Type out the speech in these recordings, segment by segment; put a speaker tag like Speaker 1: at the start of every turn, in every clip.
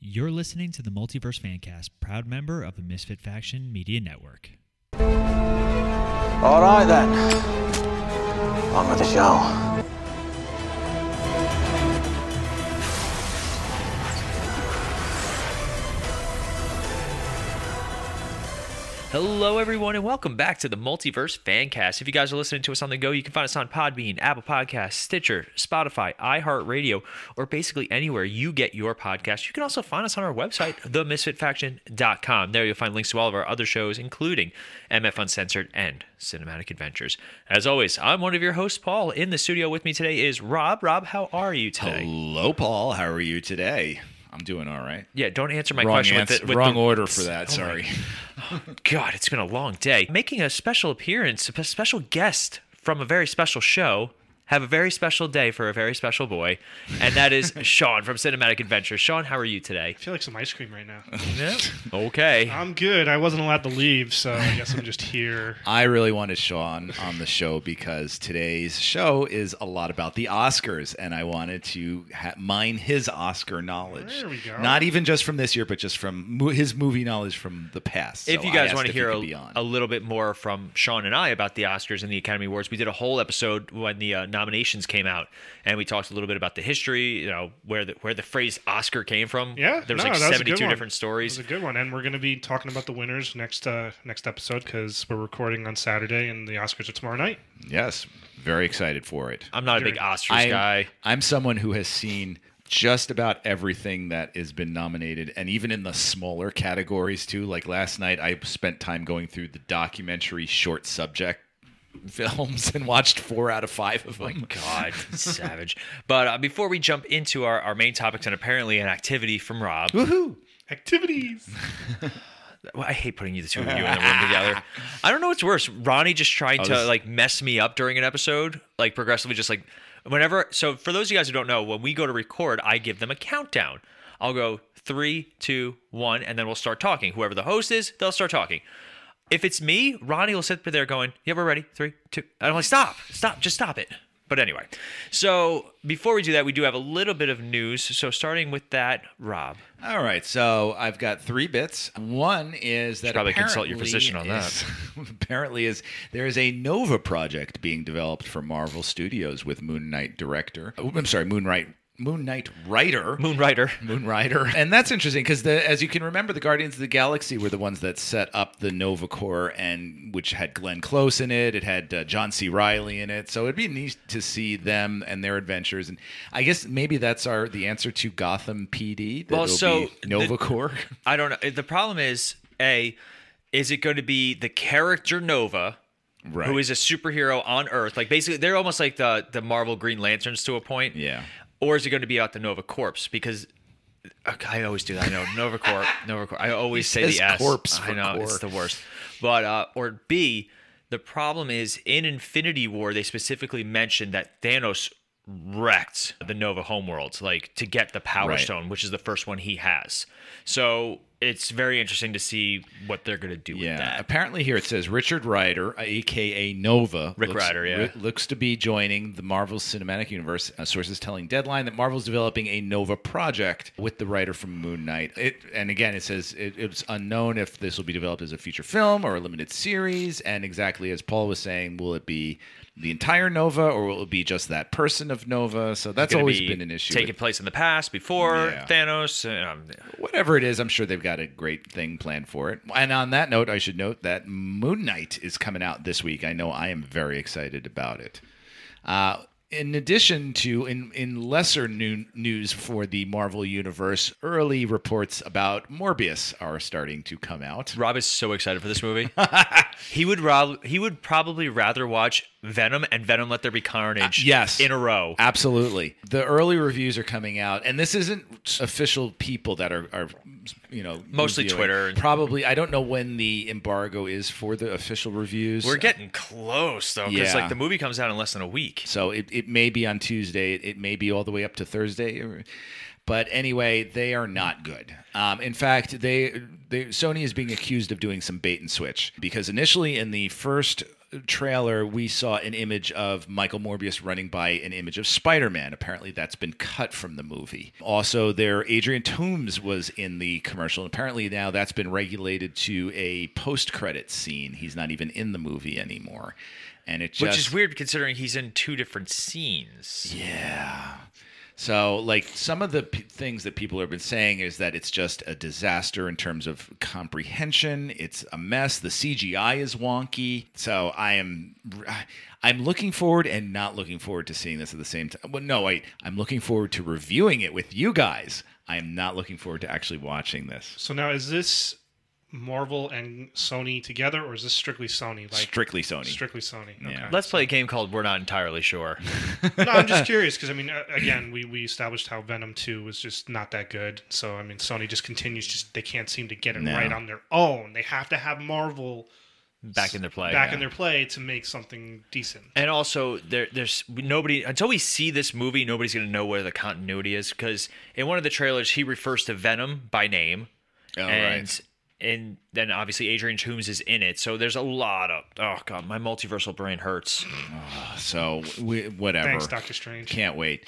Speaker 1: You're listening to the Multiverse Fancast, proud member of the Misfit Faction Media Network.
Speaker 2: All right then. On with the show.
Speaker 3: Hello, everyone, and welcome back to the Multiverse Fancast. If you guys are listening to us on the go, you can find us on Podbean, Apple Podcasts, Stitcher, Spotify, iHeartRadio, or basically anywhere you get your podcast. You can also find us on our website, themisfitfaction.com. There you'll find links to all of our other shows, including MF Uncensored and Cinematic Adventures. As always, I'm one of your hosts, Paul. In the studio with me today is Rob. Rob, how are you today?
Speaker 4: Hello, Paul. How are you today? I'm doing all right.
Speaker 3: Yeah, don't answer my
Speaker 4: wrong
Speaker 3: question
Speaker 4: ans-
Speaker 3: with it. With
Speaker 4: wrong
Speaker 3: the-
Speaker 4: order for that.
Speaker 3: Oh my
Speaker 4: sorry.
Speaker 3: God, it's been a long day. Making a special appearance, a special guest from a very special show. Have a very special day for a very special boy, and that is Sean from Cinematic Adventures. Sean, how are you today?
Speaker 5: I feel like some ice cream right now.
Speaker 3: Okay.
Speaker 5: I'm good. I wasn't allowed to leave, so I guess I'm just here.
Speaker 4: I really wanted Sean on the show because today's show is a lot about the Oscars, and I wanted to ha- mine his Oscar knowledge.
Speaker 5: There we go.
Speaker 4: Not even just from this year, but just from mo- his movie knowledge from the past.
Speaker 3: If
Speaker 4: So
Speaker 3: you
Speaker 4: I
Speaker 3: guys
Speaker 4: asked
Speaker 3: want to
Speaker 4: if he
Speaker 3: hear
Speaker 4: could be
Speaker 3: a,
Speaker 4: on.
Speaker 3: a little bit more from Sean and I about the Oscars and the Academy Awards, we did a whole episode when the uh, nominations came out, and we talked a little bit about the history. You know where the where the phrase Oscar came from.
Speaker 5: Yeah,
Speaker 3: there was
Speaker 5: no,
Speaker 3: like
Speaker 5: that was a good
Speaker 3: seventy two
Speaker 5: one.
Speaker 3: different stories.
Speaker 5: It was a good one, and we're going to be talking about the winners next uh, next episode because we're recording on Saturday, and the Oscars are tomorrow night.
Speaker 4: yes, very excited for it.
Speaker 3: I'm not a big
Speaker 5: Dude,
Speaker 3: Oscars guy.
Speaker 4: I'm someone who has seen just about everything that has been nominated, and even in the smaller categories too. Like last night, I spent time going through the documentary short subject films and watched four out of five of them.
Speaker 3: Oh God, savage. But uh, before we jump into our, our main topics and apparently an activity from Rob,
Speaker 4: Woohoo!
Speaker 5: Activities.
Speaker 3: well, I hate putting you the two of you in the room together. I don't know what's worse, Ronnie just trying to
Speaker 4: this-
Speaker 3: like mess me up during an episode, like progressively just like whenever. So for those of you guys who don't know, when we go to record, I give them a countdown. I'll go three, two, one, and then we'll start talking. Whoever the host is, they'll start talking. If it's me, Ronnie will sit there going, "Yeah, we're ready. Three, two. And I'm like, "Stop! Stop! Just stop it." But anyway, so before we do that, we do have a little bit of news. So starting with that, Rob.
Speaker 4: All right, so I've got three bits. One is that
Speaker 3: probably consult your
Speaker 4: apparently
Speaker 3: physician on that.
Speaker 4: is- apparently, is there is a Nova project being developed for Marvel Studios with Moon Knight director. oh, I'm sorry, Moon Knight. Moon Knight writer
Speaker 3: Moonrider.
Speaker 4: Moon Rider. And that's interesting because the as you can remember, the Guardians of the Galaxy were the ones that set up the Nova Corps and which had Glenn Close in it. It had uh, John C. Riley in it. So it'd be neat to see them and their adventures. And I guess maybe that's our the answer to Gotham PD. That
Speaker 3: Well,
Speaker 4: it'll
Speaker 3: so
Speaker 4: be Nova
Speaker 3: the-
Speaker 4: Corps.
Speaker 3: I don't know. The problem is, a, is it going to be the character Nova,
Speaker 4: Right.
Speaker 3: who is a superhero on Earth? Like basically, they're almost like the the Marvel Green Lanterns to a point.
Speaker 4: Yeah.
Speaker 3: Or is it going to be about the Nova Corpse? Because okay, I always do that. I know Nova Corp, Nova Corp. I always say
Speaker 4: says
Speaker 3: the S.
Speaker 4: corpse
Speaker 3: I
Speaker 4: for
Speaker 3: know it's
Speaker 4: corpse.
Speaker 3: the worst. But uh, or B, the problem is in Infinity War they specifically mentioned that Thanos wrecked the Nova homeworld, like to get the Power
Speaker 4: Right.
Speaker 3: Stone, which is the first one he has. So it's very interesting to see what they're going to do
Speaker 4: Yeah.
Speaker 3: with that.
Speaker 4: Apparently, here it says Richard Ryder, aka Nova,
Speaker 3: Rick
Speaker 4: looks,
Speaker 3: Riordan, yeah.
Speaker 4: loo- looks to be joining the Marvel Cinematic Universe. Uh, sources telling Deadline that Marvel's developing a Nova project with the writer from Moon Knight. It, and again, it says it, it's unknown if this will be developed as a feature film or a limited series. And exactly as Paul was saying, will it be the entire Nova or will it be just that person of Nova? So that's
Speaker 3: Gonna
Speaker 4: always
Speaker 3: be
Speaker 4: been an issue.
Speaker 3: taking
Speaker 4: with-
Speaker 3: place in the past before
Speaker 4: Yeah.
Speaker 3: Thanos. Um,
Speaker 4: whatever it is, I'm sure they've got a great thing planned for it. And on that note, I should note that Moon Knight is coming out this week. I know I am very excited about it. Uh, in addition to in in lesser new, news for the Marvel universe, early reports about Morbius are starting to come out.
Speaker 3: Rob is so excited for this movie. he would ra- he would probably rather watch Venom and Venom Let There Be Carnage
Speaker 4: Uh, yes.
Speaker 3: in a row.
Speaker 4: Absolutely. The early reviews are coming out, and this isn't official people that are, are you know,
Speaker 3: Mostly
Speaker 4: reviewing.
Speaker 3: Twitter.
Speaker 4: Probably, I don't know when the embargo is for the official reviews.
Speaker 3: We're getting close though, because
Speaker 4: Yeah.
Speaker 3: like the movie comes out in less than a week.
Speaker 4: So it, it may be on Tuesday. It, it may be all the way up to Thursday. But anyway, they are not good. Um, in fact, they, they Sony is being accused of doing some bait and switch because initially in the first trailer we saw an image of Michael Morbius running by an image of Spider-Man. Apparently that's been cut from the movie. Also there Adrian Toomes was in the commercial. Apparently now that's been regulated to a post-credit scene. He's not even in the movie anymore. And it just
Speaker 3: Which is weird considering he's in two different scenes.
Speaker 4: yeah. So, like, some of the p- things that people have been saying is that it's just a disaster in terms of comprehension. It's a mess. The CGI is wonky. So, I am, I'm looking forward and not looking forward to seeing this at the same time. Well, no, wait. I'm looking forward to reviewing it with you guys. I am not looking forward to actually watching this.
Speaker 5: So now is this Marvel and Sony together, or is this strictly Sony? Like
Speaker 4: Strictly Sony.
Speaker 5: strictly Sony. Okay.
Speaker 4: Yeah.
Speaker 3: Let's play a game called We're Not Entirely Sure.
Speaker 5: no, I'm just curious because I mean, uh, again, we we established how Venom Two was just not that good. So I mean, Sony just continues just they can't seem to get it
Speaker 4: No.
Speaker 5: right on their own. They have to have Marvel
Speaker 3: Back in their play.
Speaker 5: back
Speaker 3: yeah.
Speaker 5: in their play to make something decent.
Speaker 3: And also, there, there's nobody until we see this movie. Nobody's gonna know where the continuity is because in one of the trailers, he refers to Venom by name,
Speaker 4: Oh,
Speaker 3: and
Speaker 4: right.
Speaker 3: and then obviously Adrian Toomes is in it. So there's a lot of oh god, my multiversal brain hurts.
Speaker 4: So, we, whatever.
Speaker 5: Thanks, Doctor Strange.
Speaker 4: Can't wait.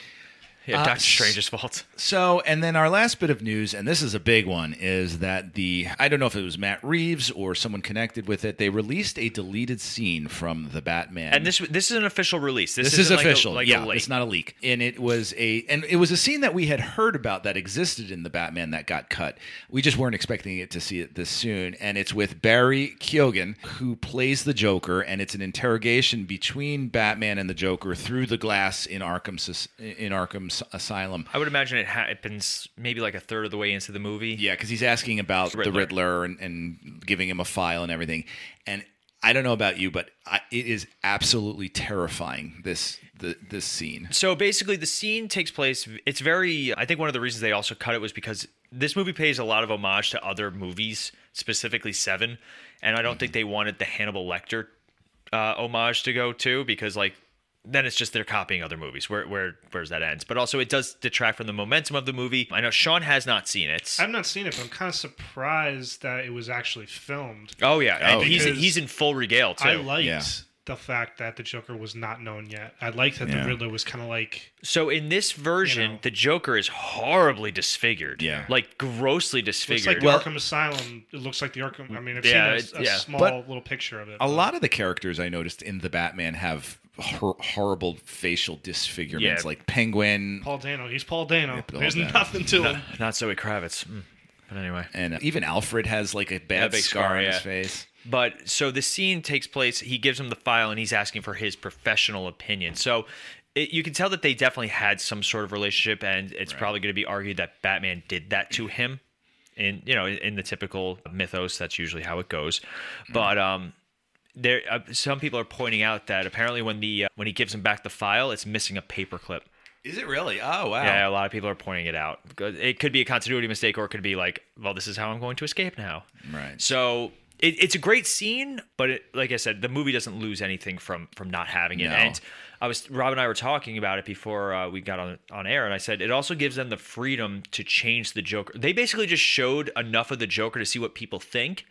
Speaker 3: Yeah, Doctor Strange's fault.
Speaker 4: So, and then our last bit of news, and this is a big one, is that the I don't know if it was Matt Reeves or someone connected with it. They released a deleted scene from the Batman.
Speaker 3: And this this is an official release. This,
Speaker 4: this is
Speaker 3: isn't like a-
Speaker 4: official.
Speaker 3: Like a,
Speaker 4: yeah,
Speaker 3: leak.
Speaker 4: it's not a leak. And it was a and it was a scene that we had heard about that existed in the Batman that got cut. We just weren't expecting it to see it this soon. And it's with Barry Keoghan who plays the Joker, and it's an interrogation between Batman and the Joker through the glass in Arkham Sus- in Arkham Asylum.
Speaker 3: I would imagine it happens maybe like a third of the way into the movie.
Speaker 4: Yeah, because he's asking about the
Speaker 3: Riddler.
Speaker 4: Riddler and, and giving him a file and everything. And I don't know about you, but I, it is absolutely terrifying. This the, this scene.
Speaker 3: So basically, the scene takes place. It's very. I think one of the reasons they also cut it was because this movie pays a lot of homage to other movies, specifically Seven, and I don't think they wanted the Hannibal Lecter uh, homage to go to because like then it's just they're copying other movies. Where where where's that ends? But also it does detract from the momentum of the movie. I know Sean has not seen it.
Speaker 5: I've not seen it, but I'm kind of surprised that it was actually filmed.
Speaker 3: oh yeah, and
Speaker 4: Oh,
Speaker 3: he's
Speaker 5: because-
Speaker 3: he's in full regale too.
Speaker 5: I liked
Speaker 4: Yeah.
Speaker 5: the fact that the Joker was not known yet. I liked that
Speaker 4: Yeah.
Speaker 5: the Riddler was kind of like
Speaker 3: So in this version,
Speaker 5: know.
Speaker 3: the Joker is horribly disfigured.
Speaker 4: Yeah.
Speaker 3: like grossly
Speaker 5: looks
Speaker 3: disfigured.
Speaker 5: like the
Speaker 4: Well-
Speaker 5: Arkham Asylum. It looks like the Arkham. I mean, I've
Speaker 3: Yeah,
Speaker 5: seen a,
Speaker 3: it-
Speaker 5: a
Speaker 3: yeah.
Speaker 5: small
Speaker 4: But-
Speaker 5: little picture of it.
Speaker 4: A lot of the characters I noticed in the Batman have hor- horrible facial disfigurements,
Speaker 3: Yeah.
Speaker 4: like Penguin
Speaker 5: Paul Dano. He's Paul Dano.
Speaker 4: Paul
Speaker 5: There's
Speaker 4: Dano.
Speaker 5: nothing to him.
Speaker 3: Not Zoe Kravitz. Mm. But anyway.
Speaker 4: and even Alfred has like a bad
Speaker 3: big
Speaker 4: scar,
Speaker 3: scar,
Speaker 4: on his
Speaker 3: yeah.
Speaker 4: face.
Speaker 3: But so the scene takes place. He gives him the file and he's asking for his professional opinion. So it, you can tell that they definitely had some sort of relationship, and it's probably going to be argued that Batman did that to him. In you know, in, in the typical mythos, that's usually how it goes. But um, there, uh, some people are pointing out that apparently when the uh, when he gives him back the file, it's missing a paperclip.
Speaker 4: Is it really? Oh wow!
Speaker 3: Yeah, a lot of people are pointing it out. It could be a continuity mistake, or it could be like, well, this is how I'm going to escape now.
Speaker 4: Right.
Speaker 3: So it, it's a great scene, but it, like I said, the movie doesn't lose anything from from not having it.
Speaker 4: No.
Speaker 3: And I was Rob and I were talking about it before uh, we got on on air, and I said it also gives them the freedom to change the Joker. They basically just showed enough of the Joker to see what people think.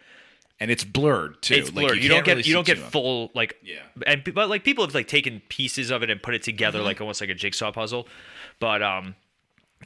Speaker 4: And it's blurred too.
Speaker 3: It's blurred.
Speaker 4: Like,
Speaker 3: you, don't
Speaker 4: can't
Speaker 3: get
Speaker 4: really
Speaker 3: you don't
Speaker 4: see
Speaker 3: get
Speaker 4: too much.
Speaker 3: full like
Speaker 4: Yeah.
Speaker 3: And pe- but like people have like taken pieces of it and put it together
Speaker 4: Mm-hmm.
Speaker 3: like almost like a jigsaw puzzle, but um,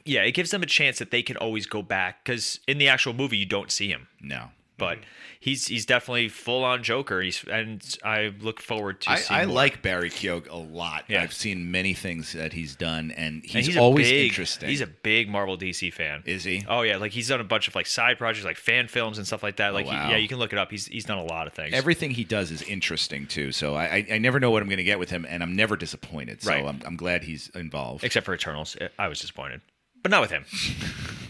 Speaker 3: yeah, it gives them a chance that they can always go back because in the actual movie you don't see him,
Speaker 4: No.
Speaker 3: but
Speaker 4: Mm-hmm.
Speaker 3: he's he's definitely full on Joker. He's and I look forward to
Speaker 4: I,
Speaker 3: seeing.
Speaker 4: I
Speaker 3: more.
Speaker 4: like Barry Keogh a lot.
Speaker 3: Yeah.
Speaker 4: I've seen many things that he's done, and he's,
Speaker 3: And a
Speaker 4: always
Speaker 3: big-
Speaker 4: interesting.
Speaker 3: He's a big Marvel DC fan.
Speaker 4: Is he?
Speaker 3: Oh yeah, like he's done a bunch of like side projects, like fan films and stuff like that. Like he-
Speaker 4: wow.
Speaker 3: yeah, you can look it up. He's he's done a lot of things.
Speaker 4: Everything he does is interesting too. So I, I, I never know what I'm going to get with him, and I'm never disappointed. So
Speaker 3: Right.
Speaker 4: I'm, I'm glad he's involved.
Speaker 3: except for Eternals. I was disappointed, but not with him.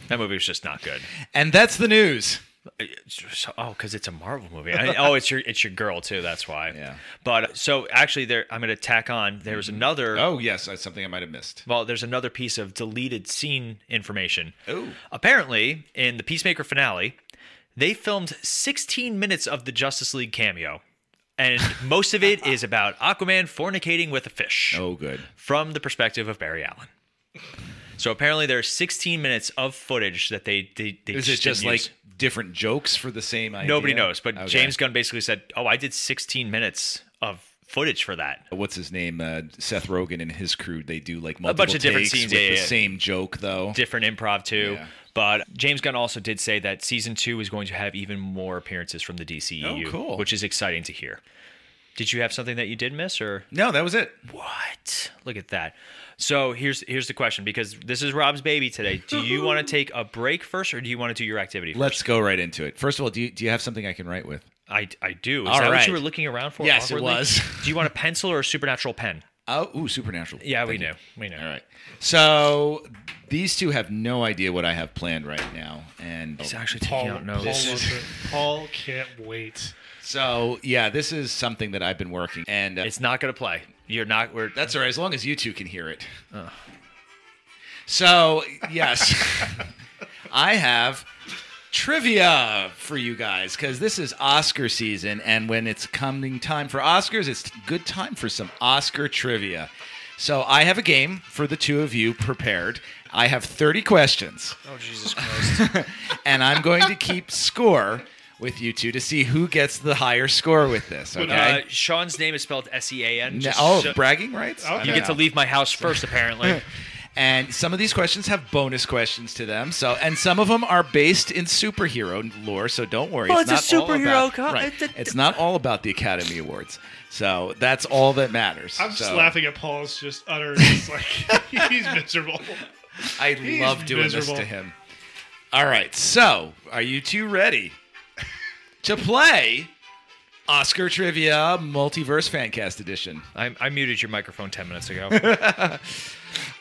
Speaker 3: that movie was just not good.
Speaker 4: And that's the news.
Speaker 3: It's just- oh, because it's a Marvel movie. I- oh, it's your it's your girl too. That's why.
Speaker 4: Yeah.
Speaker 3: But so actually, there I'm going to tack on. There was another.
Speaker 4: Oh yes, that's something I might have missed.
Speaker 3: Well, there's another piece of deleted scene information.
Speaker 4: Ooh.
Speaker 3: Apparently, in the Peacemaker finale, they filmed 16 minutes of the Justice League cameo. And most of it is about Aquaman fornicating with a fish
Speaker 4: Oh good.
Speaker 3: from the perspective of Barry Allen. So apparently there are 16 minutes of footage that they they, they
Speaker 4: Is it
Speaker 3: didn't
Speaker 4: just like
Speaker 3: use.
Speaker 4: different jokes for the same idea?
Speaker 3: nobody knows? But
Speaker 4: Okay.
Speaker 3: James Gunn basically said, "Oh, I did 16 minutes of footage for that."
Speaker 4: what's his name? Uh, Seth Rogen and his crew. They do like multiple
Speaker 3: bunch of different
Speaker 4: takes
Speaker 3: scenes,
Speaker 4: with
Speaker 3: yeah,
Speaker 4: the
Speaker 3: yeah.
Speaker 4: same joke though.
Speaker 3: different improv too.
Speaker 4: Yeah.
Speaker 3: But James Gunn also did say that season two is going to have even more appearances from the DCEU,
Speaker 4: Oh, cool.
Speaker 3: which is exciting to hear. Did you have something that you did miss or
Speaker 4: no, that was it.
Speaker 3: what? Look at that. So here's here's the question because this is Rob's baby today. Do you want to take a break first or do you want to do your activity? First?
Speaker 4: Let's go right into it. First of all, do you, do you have something I can write with?
Speaker 3: I I do. Is
Speaker 4: All
Speaker 3: that what you
Speaker 4: right.
Speaker 3: were looking around for?
Speaker 4: Yes, it
Speaker 3: awkwardly?
Speaker 4: was.
Speaker 3: do you want a pencil or a supernatural pen?
Speaker 4: Oh, ooh, supernatural.
Speaker 3: Yeah, we
Speaker 4: Thank you.
Speaker 3: know. We know.
Speaker 4: All right. So these two have no idea what I have planned right now, and
Speaker 3: He's actually taking
Speaker 5: Paul,
Speaker 3: out
Speaker 5: Paul,
Speaker 3: notes.
Speaker 5: loves it. Paul can't wait.
Speaker 4: so yeah, this is something that I've been working, and uh,
Speaker 3: It's not gonna play. You're not. We're
Speaker 4: that's all right as long as you two can hear it. So yes, I have trivia for you guys because this is Oscar season, and when it's coming time for Oscars, it's good time for some Oscar trivia. So I have a game for the two of you prepared. I have 30 questions. Oh, Jesus Christ. and I'm going to keep score with you two to see who gets the higher score with this,
Speaker 3: Uh,
Speaker 4: okay?
Speaker 3: Sean's name is spelled S E A N.
Speaker 4: No-
Speaker 3: just
Speaker 4: oh,
Speaker 3: so-
Speaker 4: bragging rights?
Speaker 5: Okay.
Speaker 4: I
Speaker 3: You
Speaker 4: don't
Speaker 3: get to
Speaker 4: know.
Speaker 3: leave my house first, apparently.
Speaker 4: And some of these questions have bonus questions to them. So, and some of them are based in superhero lore. So don't worry.
Speaker 3: Well, it's
Speaker 4: it's
Speaker 3: a
Speaker 4: not all
Speaker 3: superhero
Speaker 4: about-
Speaker 3: co-
Speaker 4: right.
Speaker 3: it's a-
Speaker 4: It's not all about the Academy Awards. So that's all that matters.
Speaker 5: I'm just
Speaker 4: So
Speaker 5: laughing at Paul's just utter. It's like he's miserable.
Speaker 4: I
Speaker 5: He's
Speaker 4: love doing
Speaker 5: miserable.
Speaker 4: this to him. All right. So, are you two ready to play Oscar Trivia Multiverse Fancast Edition?
Speaker 3: I, I muted your microphone 10 minutes ago.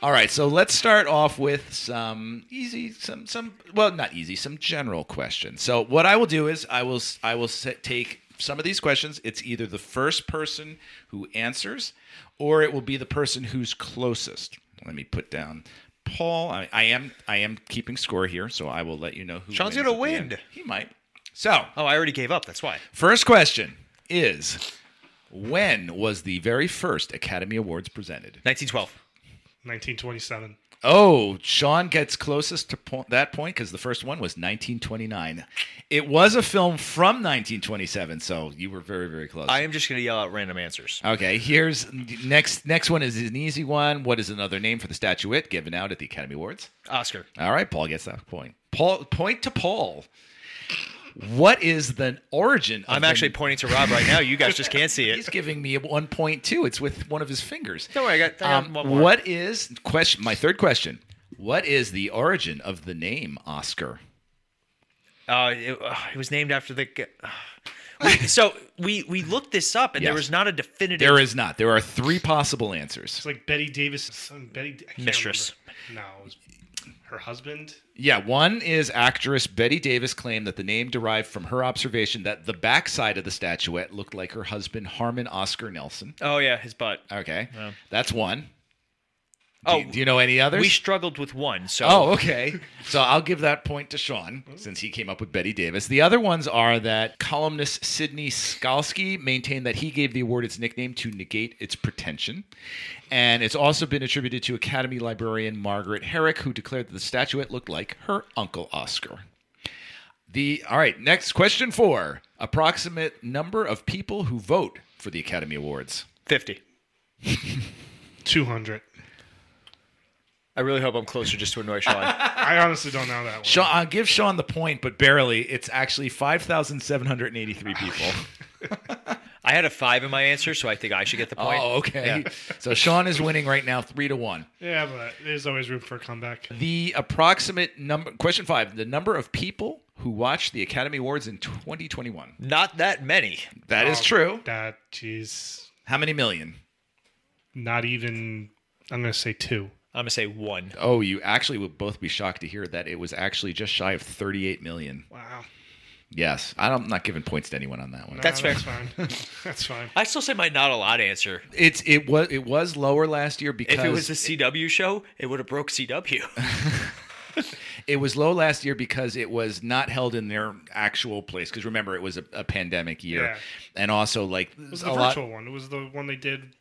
Speaker 4: All right, so let's start off with some easy, some some well, not easy, some general questions. So what I will do is I will s- I will set, take some of these questions. It's either the first person who answers, or it will be the person who's closest. Let me put down Paul. I, I am I am keeping score here, so I will let you know who.
Speaker 3: Sean's
Speaker 4: wins
Speaker 3: gonna
Speaker 4: at the
Speaker 3: win.
Speaker 4: end. He might. So
Speaker 3: oh, I already gave up. That's why.
Speaker 4: first question is. When was the very first Academy Awards presented?
Speaker 3: 1912.
Speaker 5: 1927.
Speaker 4: Oh, Sean gets closest to po- that point because the first one was 1929. It was a film from 1927, so you were very, very close.
Speaker 3: I am just going to yell out random answers.
Speaker 4: okay, here's next. Next one is an easy one. What is another name for the statuette given out at the Academy Awards?
Speaker 3: Oscar.
Speaker 4: All right, Paul gets that point. Paul, point to Paul. What is the origin? Of
Speaker 3: I'm
Speaker 4: the-
Speaker 3: actually pointing to Rob right now. You guys just can't see
Speaker 4: He's
Speaker 3: it.
Speaker 4: giving me a one point too. It's with one of his fingers.
Speaker 3: Don't worry, I got- I got
Speaker 4: Um,
Speaker 3: one more.
Speaker 4: What is question? My third question. What is the origin of the name Oscar?
Speaker 3: Uh, it, uh, it was named after the. g- We- so we, we looked this up, and there
Speaker 4: Yes.
Speaker 3: was not a definitive.
Speaker 4: There is not. There are three possible
Speaker 5: It's
Speaker 4: answers.
Speaker 5: like Betty Davis' son, Betty. I can't
Speaker 3: Mistress.
Speaker 5: Remember. No, it was her husband.
Speaker 4: Yeah, one is actress Betty Davis claimed that the name derived from her observation that the backside of the statuette looked like her husband Harmon Oscar Nelson.
Speaker 3: Oh, yeah, his butt.
Speaker 4: Okay, that's one. Do,
Speaker 3: Oh,
Speaker 4: you- do you know any others?
Speaker 3: we struggled with one. So
Speaker 4: Oh, okay. So I'll give that point to Sean since he came up with Betty Davis. The other ones are that columnist Sidney Skalski maintained that he gave the award its nickname to negate its pretension. And it's also been attributed to Academy librarian Margaret Herrick, who declared that the statuette looked like her uncle Oscar. The all right, next question four. Approximate number of people who vote for the Academy Awards.
Speaker 3: 50.
Speaker 5: 200.
Speaker 3: I really hope I'm closer just to annoy Sean.
Speaker 5: I honestly don't know that one.
Speaker 4: Sean, I'll give Sean the point, but barely. It's actually 5,783 people.
Speaker 3: I had a five in my answer, so I think I should get the point.
Speaker 4: Oh, okay. so Sean is winning right now, three to one.
Speaker 5: Yeah, but there's always room for a comeback.
Speaker 4: The approximate number, question five, the number of people who watched the Academy Awards in 2021.
Speaker 3: Not that many.
Speaker 4: That is
Speaker 5: Oh,
Speaker 4: true.
Speaker 5: That, jeez,
Speaker 4: How many million?
Speaker 5: not even. I'm gonna say two.
Speaker 3: I'm going to say one.
Speaker 4: Oh, you actually would both be shocked to hear that it was actually just shy of 38 million.
Speaker 5: Wow.
Speaker 4: Yes, I don't- I'm not giving points to anyone on that one.
Speaker 5: No,
Speaker 3: That's fair.
Speaker 5: that's fine. that's fine.
Speaker 3: I still say my not a lot answer.
Speaker 4: It's it was it was lower last year because
Speaker 3: If it was a CW show, it would have broke CW.
Speaker 4: It was low last year because it was not held in their actual place. Because remember, it was a, a pandemic year,
Speaker 5: Yeah.
Speaker 4: and also like
Speaker 5: It was
Speaker 4: a
Speaker 5: the
Speaker 4: lot.
Speaker 5: virtual one. It was the one they did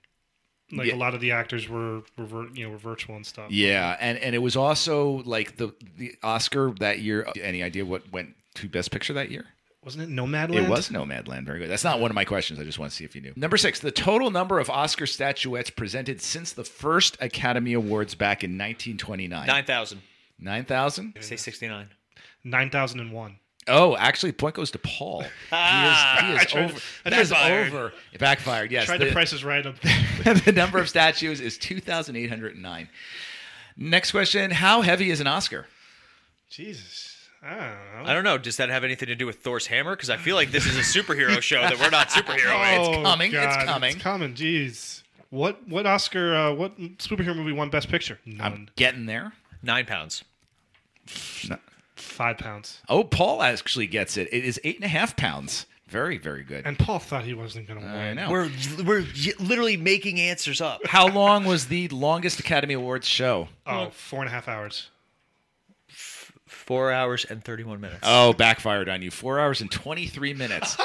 Speaker 5: Like
Speaker 4: Yeah.
Speaker 5: a lot of the actors were, were vir- you know were virtual and stuff.
Speaker 4: Yeah, and and it was also like the the Oscar that year. Any idea what went to Best Picture that year?
Speaker 5: Wasn't it Nomadland?
Speaker 4: It was Nomadland. Very good. That's not one of my questions. I just want to see if you knew. Number six, the total number of Oscar statuettes presented since the first Academy Awards back in 1929.
Speaker 3: Nine thousand.
Speaker 4: 9,000?
Speaker 3: Say sixty-nine.
Speaker 5: nine thousand and one.
Speaker 4: oh, actually, point goes to Paul. He is, he is
Speaker 5: tried to-
Speaker 4: over.
Speaker 5: I
Speaker 4: That is
Speaker 5: backfired.
Speaker 4: over. It backfired, yes.
Speaker 5: Try
Speaker 4: The-
Speaker 5: the prices right up.
Speaker 4: the number of statues is 2,809. Next question How heavy is an Oscar?
Speaker 5: Jesus, I don't know.
Speaker 3: I don't know. Does that have anything to do with Thor's hammer? Because I feel like this is a superhero show that we're not superheroing.
Speaker 5: Oh,
Speaker 4: coming, it's coming.
Speaker 5: It's coming. Jeez. What what Oscar uh, what superhero movie won Best Picture? None.
Speaker 4: I'm getting there.
Speaker 3: Nine pounds.
Speaker 5: Five pounds.
Speaker 4: Oh, Paul actually gets it. It is eight and a half pounds. Very, very good.
Speaker 5: And Paul thought he wasn't going to win.
Speaker 4: I know.
Speaker 3: We're we're y- literally making answers up.
Speaker 4: How long was the longest Academy Awards show?
Speaker 5: Oh, four and a half hours.
Speaker 3: Four hours and thirty-one minutes.
Speaker 4: Oh, backfired on you. Four hours and 23 minutes.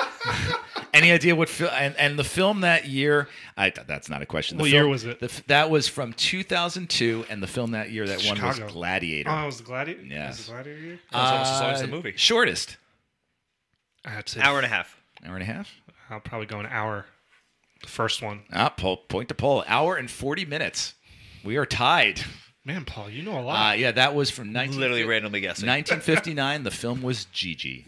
Speaker 4: Any idea what film? And, and the film that year, I, that's not a question. The
Speaker 5: What
Speaker 4: film-
Speaker 5: year was it?
Speaker 4: the f- that was from 2002, and the film that year that won
Speaker 5: Chicago.
Speaker 4: was Gladiator.
Speaker 5: Oh, it was the Gladiator.
Speaker 4: Yes.
Speaker 5: Was the Gladiator. year?
Speaker 3: That was almost as long as the
Speaker 4: Uh,
Speaker 3: movie.
Speaker 4: Shortest.
Speaker 5: I'd say
Speaker 3: Hour and a half.
Speaker 4: Hour and a half.
Speaker 5: I'll probably go an hour. The first one.
Speaker 4: Ah, poll, point to poll. Hour and 40 minutes. We are tied.
Speaker 5: Man, Paul, you know a
Speaker 4: Uh,
Speaker 5: lot.
Speaker 4: yeah, that was from 19,
Speaker 3: Literally randomly guessing.
Speaker 4: 1959. The film was Gigi.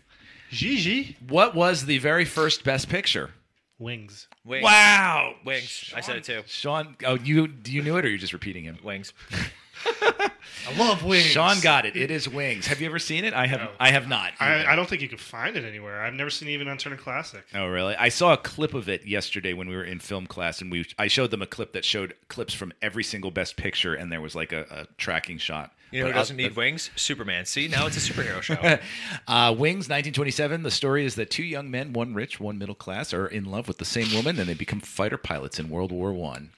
Speaker 5: Gigi.
Speaker 4: What was the very first Best Picture?
Speaker 5: Wings.
Speaker 3: Wings.
Speaker 4: Wow.
Speaker 3: Wings. I said it too.
Speaker 4: Sean, oh, you you knew it or you're just repeating him?
Speaker 3: Wings.
Speaker 5: I love Wings.
Speaker 4: Sean got it. It is Wings. Have you ever seen it? I have. I have not.
Speaker 5: I, I don't think you can find it anywhere. I've never seen it even on Turner Classic.
Speaker 4: Oh really? I saw a clip of it yesterday when we were in film class, and we I showed them a clip that showed clips from every single Best Picture, and there was like a, a tracking shot.
Speaker 3: You know who
Speaker 4: But uh,
Speaker 5: uh,
Speaker 4: I'll-
Speaker 3: doesn't need wings? Superman. See, now it's a superhero show.
Speaker 4: Uh, Wings, 1927. The story is that two young men, one rich, one middle class, are in love with the same woman, and they become fighter pilots in World War One.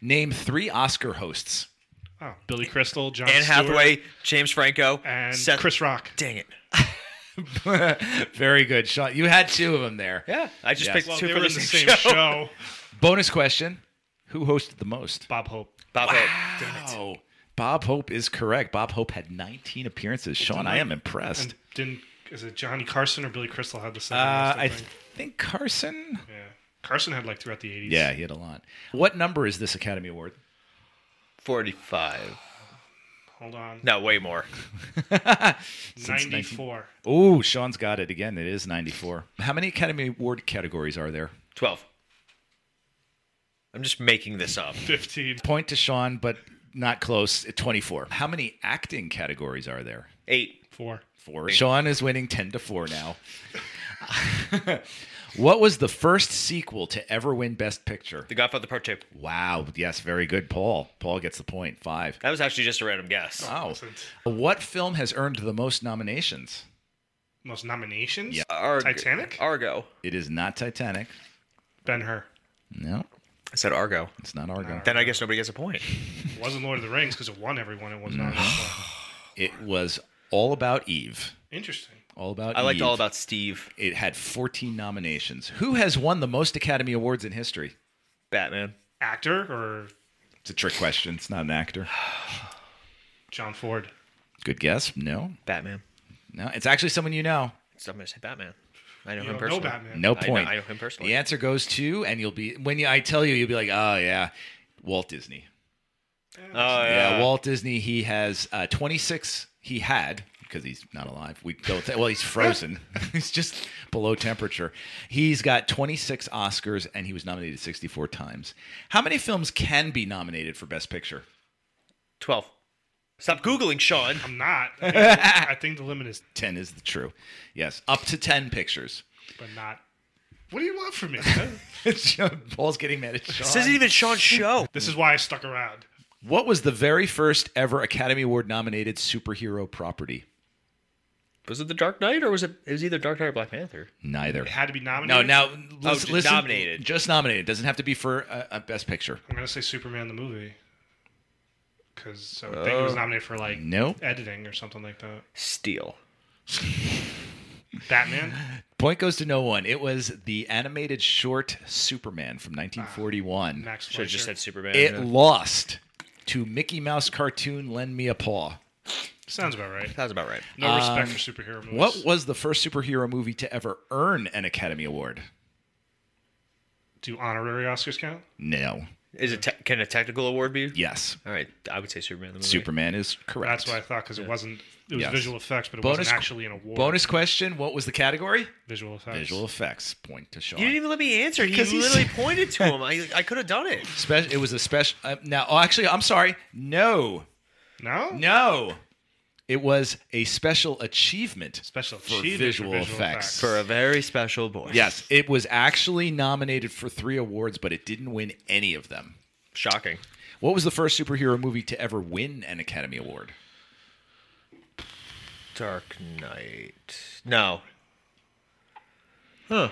Speaker 4: Name three Oscar hosts.
Speaker 5: Oh, Billy Crystal, John
Speaker 3: Anne
Speaker 5: Stewart,
Speaker 3: Hathaway, James Franco,
Speaker 5: and
Speaker 3: Seth.
Speaker 5: Chris Rock.
Speaker 3: Dang it.
Speaker 4: Very good, Sean. You had two of them there.
Speaker 3: Yeah, I just
Speaker 4: Yes.
Speaker 3: picked
Speaker 5: Well,
Speaker 3: two
Speaker 5: they
Speaker 3: for the
Speaker 5: were in the
Speaker 3: same,
Speaker 5: same show.
Speaker 3: show.
Speaker 4: Bonus question: Who hosted the most?
Speaker 5: Bob Hope.
Speaker 3: Bob Hope.
Speaker 4: Oh, Bob Hope is correct. Bob Hope had 19 appearances. Sean, I am impressed.
Speaker 5: And didn't is it Johnny Carson or Billy Crystal had the same?
Speaker 4: Uh, I
Speaker 5: thing?
Speaker 4: think Carson.
Speaker 5: yeah. Carson had like throughout the eighties.
Speaker 4: Yeah, he had a lot. What number is this Academy Award?
Speaker 3: 45.
Speaker 5: Hold on.
Speaker 3: No, way more.
Speaker 5: Ninety four.
Speaker 4: Oh, Sean's got it again. It is 94. How many Academy Award categories are there?
Speaker 3: 12. I'm just making this up.
Speaker 5: 15.
Speaker 4: Point to Sean, but not close. 24. How many acting categories are there?
Speaker 3: Eight.
Speaker 5: Four.
Speaker 4: Four. Sean is winning 10 to 4 now. what was the first sequel to ever win Best Picture?
Speaker 3: The Godfather Part 2.
Speaker 4: Wow. Yes, very good, Paul. Paul gets the point. Five.
Speaker 3: That was actually just a random guess.
Speaker 4: Wow.
Speaker 5: Excellent.
Speaker 4: What film has earned the most nominations?
Speaker 5: Most nominations?
Speaker 4: Yeah.
Speaker 3: Arg-
Speaker 5: Titanic?
Speaker 3: Argo.
Speaker 4: It is not Titanic.
Speaker 5: Ben Hur.
Speaker 4: No,
Speaker 3: I said Argo.
Speaker 4: it's not Argo.
Speaker 3: Then I guess nobody gets a point.
Speaker 5: It wasn't Lord of the Rings because it won everyone. It was not.
Speaker 4: It was All About Eve.
Speaker 5: Interesting.
Speaker 4: All About
Speaker 3: I liked
Speaker 4: Eve.
Speaker 3: all about Steve.
Speaker 4: It had 14 nominations. Who has won the most Academy Awards in history?
Speaker 3: Batman.
Speaker 5: Actor or
Speaker 4: It's a trick question. It's not an actor.
Speaker 5: John Ford?
Speaker 4: Good guess. No.
Speaker 3: Batman.
Speaker 4: No, it's actually someone you know.
Speaker 3: So I'm going to say Batman. I know
Speaker 5: You
Speaker 3: him
Speaker 5: don't know
Speaker 3: personally.
Speaker 5: Batman.
Speaker 4: No
Speaker 3: I know-
Speaker 4: point.
Speaker 3: I know him personally.
Speaker 4: The answer goes to, and you'll be when you, I tell you, you'll be like, oh yeah, Walt Disney.
Speaker 3: Oh, yeah.
Speaker 4: Yeah, Walt Disney. He has uh, 26. He had because he's not alive. We go with that. Well, he's frozen. he's just below temperature. He's got 26 Oscars, and he was nominated 64 times. How many films can be nominated for Best Picture?
Speaker 3: 12. Stop Googling, Sean.
Speaker 5: I'm not. I think, the- I think the limit is,
Speaker 4: 10 is the true. Yes, up to 10 pictures.
Speaker 5: but not. What do you want from me?
Speaker 4: Paul's getting mad at Sean.
Speaker 3: This isn't even Sean's show.
Speaker 5: this is why I stuck around.
Speaker 4: What was the very first ever Academy Award nominated superhero property?
Speaker 3: Was it The Dark Knight or was it? It was either Dark Knight or Black Panther.
Speaker 4: Neither.
Speaker 5: It had to be
Speaker 4: No,
Speaker 5: nominated.
Speaker 4: now
Speaker 3: just
Speaker 4: listen-
Speaker 3: nominated.
Speaker 4: Just Oh, nominated. Doesn't have to be for a, a Best Picture.
Speaker 5: I'm going to say Superman the movie. Because I would think
Speaker 4: Oh,
Speaker 5: it was nominated for like
Speaker 4: Nope.
Speaker 5: editing or something like that.
Speaker 3: Steel.
Speaker 5: Batman?
Speaker 4: Point goes to no one. It was the animated short Superman from 1941.
Speaker 5: Max
Speaker 3: Should have just
Speaker 5: Fleischer.
Speaker 3: said Superman.
Speaker 4: it
Speaker 3: yeah.
Speaker 4: lost to Mickey Mouse cartoon Lend Me a Paw.
Speaker 5: Sounds about right.
Speaker 3: That's about right.
Speaker 5: No respect for superhero movies.
Speaker 4: Um, What was the first superhero movie to ever earn an Academy Award?
Speaker 5: Do honorary Oscars count?
Speaker 4: No.
Speaker 3: Is it te- can a technical award be?
Speaker 4: Yes.
Speaker 3: All right, I would say Superman. The movie.
Speaker 4: Superman is correct.
Speaker 5: That's what I thought because it wasn't. It was
Speaker 4: Yes.
Speaker 5: visual effects, but it wasn't actually an award.
Speaker 4: Bonus question. What was the category?
Speaker 5: visual effects.
Speaker 4: Visual effects. Point to Sean.
Speaker 3: You didn't even let me answer. He
Speaker 4: 'Cause he's-
Speaker 3: literally pointed to him. I, I could have done it.
Speaker 4: Spe- it was a special. Uh, now, oh, actually, I'm sorry. No,
Speaker 5: No.
Speaker 4: no. It was a special achievement.
Speaker 5: Special
Speaker 4: For
Speaker 5: achievement
Speaker 4: visual
Speaker 5: for
Speaker 4: effects.
Speaker 3: For a very special boy.
Speaker 4: Yes, it was actually nominated for three awards, but it didn't win any of them.
Speaker 3: Shocking.
Speaker 4: What was the first superhero movie to ever win an Academy Award?
Speaker 3: Dark Knight. No. Huh.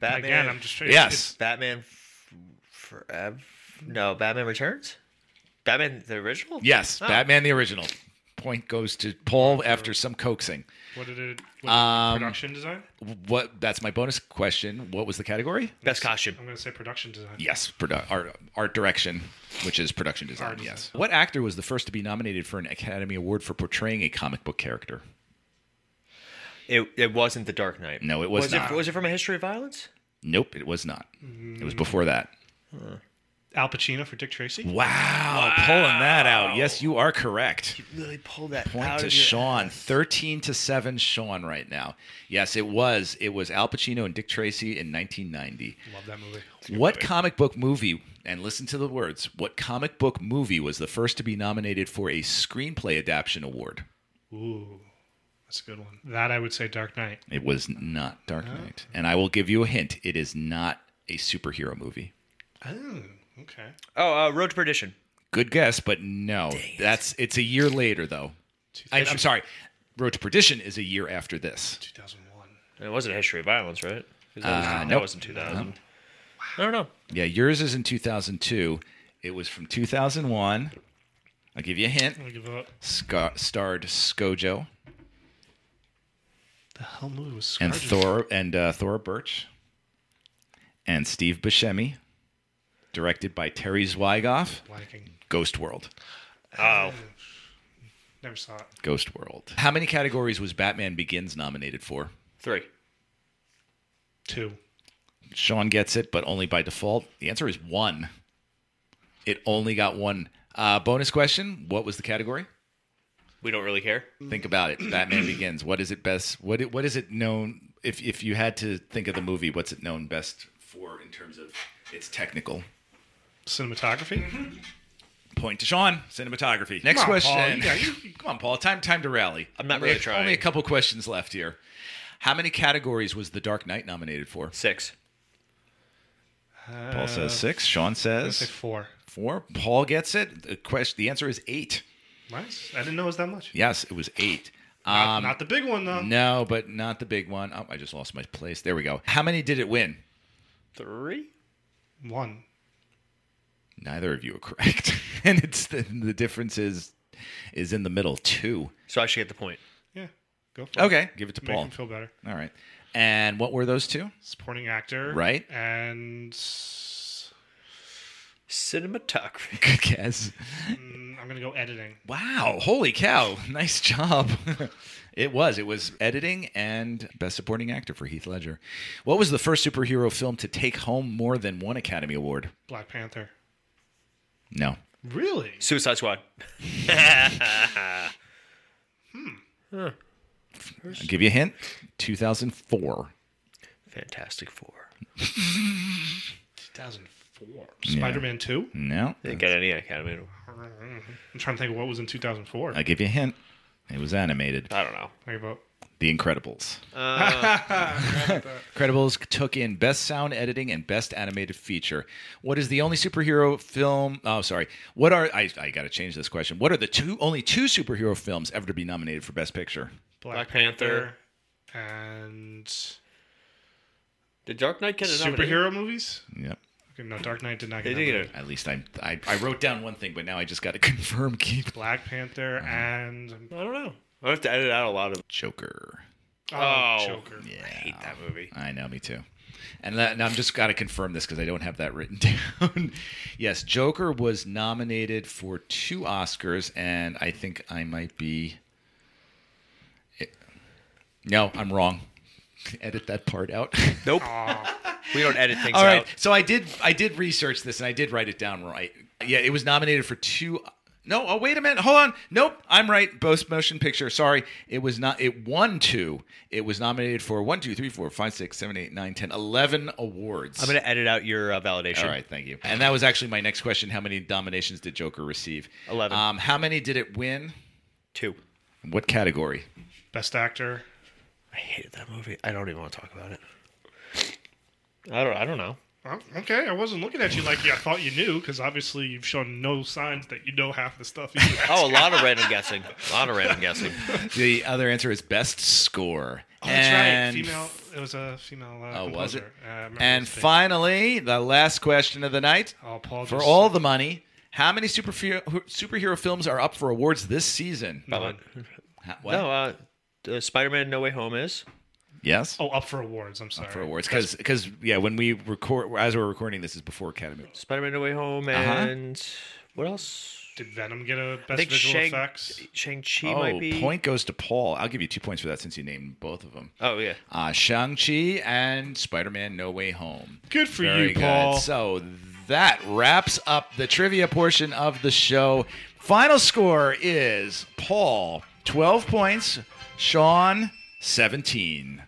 Speaker 3: Batman.
Speaker 5: Again, I'm just trying.
Speaker 4: Yes,
Speaker 3: Batman f- Forever. No, Batman Returns. Batman the original.
Speaker 4: yes.
Speaker 3: Oh.
Speaker 4: Batman the original. Point goes to Paul after some coaxing.
Speaker 5: What did it? What
Speaker 4: Um,
Speaker 5: production design.
Speaker 4: What? That's my bonus question. What was the category?
Speaker 3: Best costume.
Speaker 5: I'm gonna say production design.
Speaker 4: Yes, produ- art, art direction, which is production design.
Speaker 5: Art
Speaker 4: yes.
Speaker 5: design.
Speaker 4: What actor was the first to be nominated for an Academy Award for portraying a comic book character?
Speaker 3: It, it wasn't the Dark Knight.
Speaker 4: No, it was not.
Speaker 3: It, was it from a history of violence?
Speaker 4: Nope, it was not. It was before that.
Speaker 5: Al Pacino for Dick Tracy.
Speaker 4: Wow, pulling that out. Yes, you are correct.
Speaker 3: Really pulled that
Speaker 4: Point
Speaker 3: out
Speaker 4: to
Speaker 3: of your-
Speaker 4: Sean, thirteen to seven. Sean, right now. Yes, it was. It was Al Pacino and Dick Tracy in 1990.
Speaker 5: Love that movie.
Speaker 4: What comic book movie, and listen to the words, what comic book movie was the first to be nominated for a screenplay adaptation award?
Speaker 5: Ooh, that's a good one. That I would say Dark Knight.
Speaker 4: It was not Dark Knight. And I will give you a hint it is not a superhero movie.
Speaker 5: Oh, okay.
Speaker 3: Oh, uh, Road to Perdition.
Speaker 4: Good guess, but no. That's It's a year later, though. I, I'm sorry. Road to Perdition is a year after this.
Speaker 5: 2001.
Speaker 3: It wasn't a history of violence, right? 'Cause That, was, that
Speaker 4: Uh, nope.
Speaker 3: wasn't 2000. I don't know.
Speaker 4: Yeah, yours is in 2002. It was from 2001. I'll give you a hint.
Speaker 5: I'm gonna give up.
Speaker 4: Scar- starred Skojo
Speaker 5: The hell movie was
Speaker 4: and
Speaker 5: Scourge?
Speaker 4: Thor and uh, Thor Birch and Steve Buscemi, directed by Terry Zwigoff.
Speaker 5: Blanking.
Speaker 4: Ghost World.
Speaker 3: Oh,
Speaker 5: Never saw it.
Speaker 4: Ghost World. How many categories was Batman Begins nominated for?
Speaker 3: three.
Speaker 5: Two.
Speaker 4: Sean gets it, but only by default. The answer is one. It only got one. Uh, bonus question: What was the category?
Speaker 3: We don't really care.
Speaker 4: Think about it. Batman Begins. What is it best? What it, what is it known? If if you had to think of the movie, what's it known best for in terms of its technical?
Speaker 5: Cinematography.
Speaker 4: Point to Sean. Cinematography. Next
Speaker 5: Mm-hmm. Come on,
Speaker 4: question.
Speaker 5: Paul. Yeah, you-
Speaker 4: Come on, Paul. Time time to rally.
Speaker 3: I'm not
Speaker 4: Only
Speaker 3: really
Speaker 4: a-
Speaker 3: trying.
Speaker 4: Only a couple questions left here. How many categories was The Dark Knight nominated for?
Speaker 3: Six.
Speaker 4: Paul says six. Sean
Speaker 5: I'd Uh, say
Speaker 4: says
Speaker 5: four.
Speaker 4: four. Paul gets it. The question. The answer is eight.
Speaker 5: Nice. I didn't know it was that much.
Speaker 4: Yes, it was eight. Um,
Speaker 5: Not, not the big one though.
Speaker 4: No, but not the big one. Oh, I just lost my place. There we go. How many did it win?
Speaker 3: Three?
Speaker 5: One.
Speaker 4: Neither of you are correct, and it's the, the difference is is in the middle. Two.
Speaker 3: So I should get the point.
Speaker 5: Yeah. Go for it.
Speaker 4: Okay, give it to
Speaker 5: Make
Speaker 4: Paul.
Speaker 5: him feel better.
Speaker 4: All right. And what were those two?
Speaker 5: Supporting actor.
Speaker 4: Right.
Speaker 5: And s-
Speaker 3: Cinematography.
Speaker 4: Good guess.
Speaker 5: mm, I'm gonna go editing.
Speaker 4: Wow! Holy cow! Nice job. it was. It was editing and best supporting actor for Heath Ledger. What was the first superhero film to take home more than one Academy Award?
Speaker 5: Black Panther.
Speaker 4: No.
Speaker 5: Really?
Speaker 3: Suicide Squad.
Speaker 4: I'll give you a hint. 2004.
Speaker 3: Fantastic Four.
Speaker 5: 2004. Spider-Man 2.
Speaker 4: No.
Speaker 3: Didn't get any Academy.
Speaker 5: I'm trying to think of what was in 2004.
Speaker 4: I'll give you a hint. It was animated.
Speaker 3: I don't know.
Speaker 5: Think about
Speaker 4: The Incredibles. Incredibles took in Best Sound Editing and Best Animated Feature. What is the only superhero film? Oh, sorry. What are I? I got to change this question. What are the two only two superhero films ever to be nominated for Best Picture?
Speaker 3: Black Panther.
Speaker 5: Panther and
Speaker 3: Did Dark Knight get a
Speaker 5: superhero movies.
Speaker 4: Yep.
Speaker 5: Okay, no, Dark Knight did not
Speaker 3: They
Speaker 5: get.
Speaker 3: did get
Speaker 5: nominated.
Speaker 3: it.
Speaker 4: At least I'm, I I wrote down one thing, but now I just got to confirm. Keep Mm-hmm.
Speaker 5: Black Panther and um,
Speaker 3: I don't know. I have to edit out a lot of.
Speaker 4: Joker.
Speaker 5: Oh,
Speaker 3: Oh.
Speaker 5: Joker.
Speaker 3: I hate that movie.
Speaker 4: I know, me too. And, that, and I'm just got to confirm this because I don't have that written down. yes, Joker was nominated for two Oscars, and I think I might be. eh, No, I'm wrong. Edit that part out.
Speaker 3: Nope. we don't edit things
Speaker 4: All right,
Speaker 3: out.
Speaker 4: so I did I did research this and I did write it down right. Yeah, it was nominated for two. No, oh wait a minute, hold on. Nope, I'm right. Both motion picture. Sorry, it was not. It won two. It was nominated for one, two, three, four, five, six, seven, eight, nine, ten, eleven awards.
Speaker 3: I'm going to edit out your uh, validation.
Speaker 4: All right, thank you. And that was actually my next question. How many nominations did Joker receive?
Speaker 3: 11.
Speaker 4: Um, how many did it win?
Speaker 3: Two.
Speaker 4: What category?
Speaker 5: Best actor.
Speaker 3: I hated that movie. I don't even want to talk about it. I don't. I don't know.
Speaker 5: Oh, okay, I wasn't looking at you like I thought you knew because obviously you've shown no signs that you know half the stuff. Either.
Speaker 3: Oh, a lot of random guessing. A lot of random guessing.
Speaker 4: The other answer is best score.
Speaker 5: Oh, that's
Speaker 4: And
Speaker 5: right. Female. It was a female. Uh,
Speaker 4: Oh, was it?
Speaker 5: composer. Uh, I remember
Speaker 4: And
Speaker 5: his name.
Speaker 4: finally, the last question of the night
Speaker 5: Oh, Paul.
Speaker 4: for
Speaker 5: just-
Speaker 4: all the money. How many superfe- superhero films are up for awards this season?
Speaker 5: None.
Speaker 4: Ha- what?
Speaker 3: No, uh, uh, Spider-Man: No Way Home is.
Speaker 4: Yes.
Speaker 5: Oh, up for awards. I'm sorry.
Speaker 4: for awards, because yeah, when we record as we're recording this is before Academy.
Speaker 3: Spider-Man: No Way Home and what else?
Speaker 5: Did Venom get a
Speaker 3: I
Speaker 5: best
Speaker 3: think
Speaker 5: visual
Speaker 3: Shang
Speaker 5: effects?
Speaker 3: Shang Chi
Speaker 4: oh,
Speaker 3: might be.
Speaker 4: point goes to Paul. I'll give you two points for that since you named both of them.
Speaker 3: Oh yeah.
Speaker 4: Uh, Shang Chi and Spider Man: No Way Home.
Speaker 5: Good for
Speaker 4: Very
Speaker 5: you,
Speaker 4: good.
Speaker 5: Paul.
Speaker 4: So that wraps up the trivia portion of the show. Final score is Paul, 12 points, Sean, 17.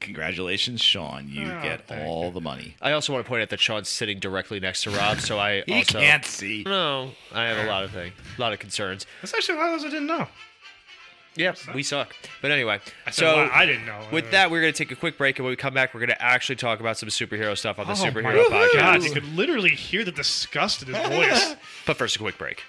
Speaker 4: Congratulations, Sean. You
Speaker 5: Oh,
Speaker 4: get
Speaker 5: thank
Speaker 4: all the money.
Speaker 3: I also want to point out that Sean's sitting directly next to Rob, so I
Speaker 4: He
Speaker 3: also
Speaker 4: can't see.
Speaker 3: No, I have a lot of things, a lot of concerns.
Speaker 5: That's actually a lot of those I didn't know.
Speaker 3: Yeah, we suck. But anyway,
Speaker 5: said,
Speaker 3: so
Speaker 5: "Wow, I didn't know." uh,
Speaker 3: With that, we're gonna take a quick break, and when we come back, we're gonna actually talk about some superhero stuff on the
Speaker 5: oh my
Speaker 3: superhero podcast.
Speaker 5: God, you could literally hear the disgust in his voice.
Speaker 3: But first, a quick break.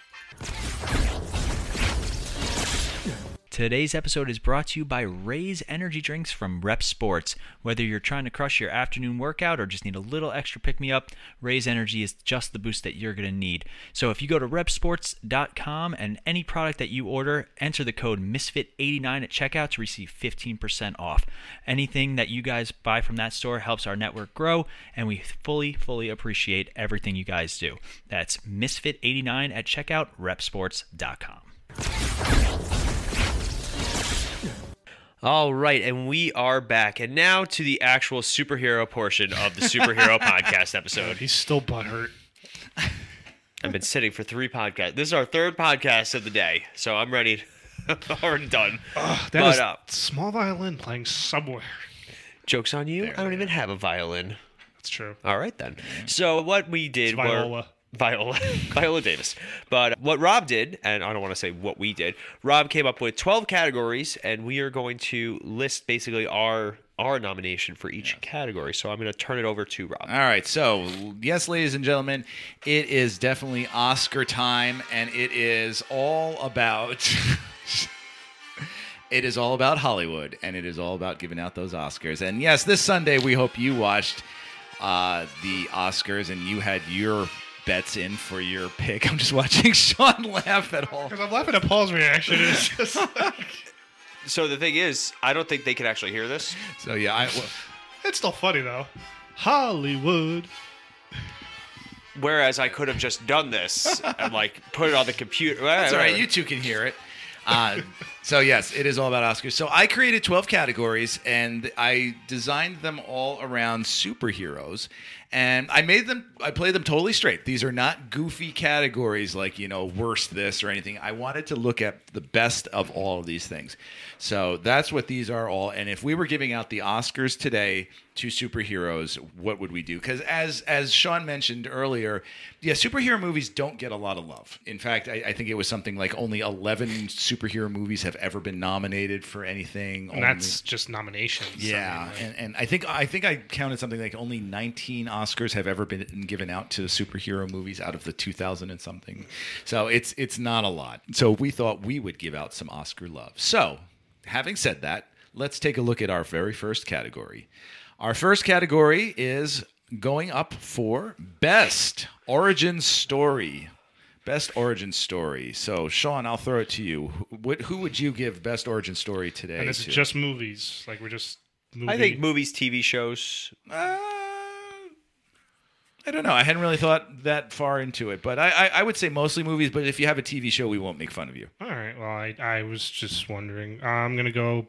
Speaker 3: Today's episode is brought to you by Raise Energy Drinks from Rep Sports. Whether you're trying to crush your afternoon workout or just need a little extra pick me up, Raise Energy is just the boost that you're going to need. So if you go to repsports.com and any product that you order, enter the code MISFIT89 at checkout to receive 15% off. Anything that you guys buy from that store helps our network grow, and we fully, fully appreciate everything you guys do. That's MISFIT89 at checkout, repsports.com. All right, and we are back. And now to the actual superhero portion of the superhero podcast episode.
Speaker 5: He's still butthurt.
Speaker 3: I've been sitting for three podcasts. This is our third podcast of the day, so I'm ready. I'm already done.
Speaker 5: That
Speaker 3: But,
Speaker 5: is
Speaker 3: uh,
Speaker 5: small violin playing somewhere.
Speaker 3: Joke's on you. I don't even have a violin.
Speaker 5: That's true.
Speaker 3: All right, then. So, what we did
Speaker 5: It's Viola.
Speaker 3: were. Viola. Viola Davis. But what Rob did, and I don't want to say what we did, Rob came up with 12 categories, and we are going to list basically our. Our nomination for each category. So I'm going to turn it over to Rob.
Speaker 4: All right, so yes, ladies and gentlemen, it is definitely Oscar time, and it is all about. it is all about Hollywood, and it is all about giving out those Oscars. And yes, this Sunday we hope you watched uh, the Oscars and you had your bets in for your pick. I'm just watching Sean laugh at all.
Speaker 5: Because I'm laughing at Paul's reaction. It's just
Speaker 3: So the thing is, I don't think they can actually hear this.
Speaker 4: So yeah, I, well,
Speaker 5: it's still funny though. Hollywood.
Speaker 3: Whereas I could have just done this and like put it on the computer.
Speaker 4: That's all right. You two can hear it. Uh, so yes, it is all about Oscars. So I created twelve categories, and I designed them all around superheroes, and I made them. I played them totally straight. These are not goofy categories like you know worst this or anything. I wanted to look at the best of all of these things. So that's what these are all. And if we were giving out the Oscars today to superheroes, what would we do? Because as as Sean mentioned earlier, yeah, superhero movies don't get a lot of love. In fact, I, I think it was something like only eleven superhero movies have ever been nominated for anything.
Speaker 5: And that's just nominations. I mean,
Speaker 4: Oh, yeah,
Speaker 5: like-
Speaker 4: and, and I think I think I counted something like only 19 Oscars have ever been given out to superhero movies out of the 2000 and something. So it's it's not a lot. So we thought we would give out some Oscar love. So, having said that, let's take a look at our very first category. Our first category is going up for best origin story. Best origin story. So, Sean, I'll throw it to you. What, who would you give best origin story today?
Speaker 5: and this
Speaker 4: to?
Speaker 5: is just movies. Like we're just. Movie.
Speaker 3: I think movies, TV shows.
Speaker 4: Uh, I don't know. I hadn't really thought that far into it, but I, I, I would say mostly movies. But if you have a TV show, we won't make fun of you.
Speaker 5: All right. Well, I, I was just wondering. I'm gonna go.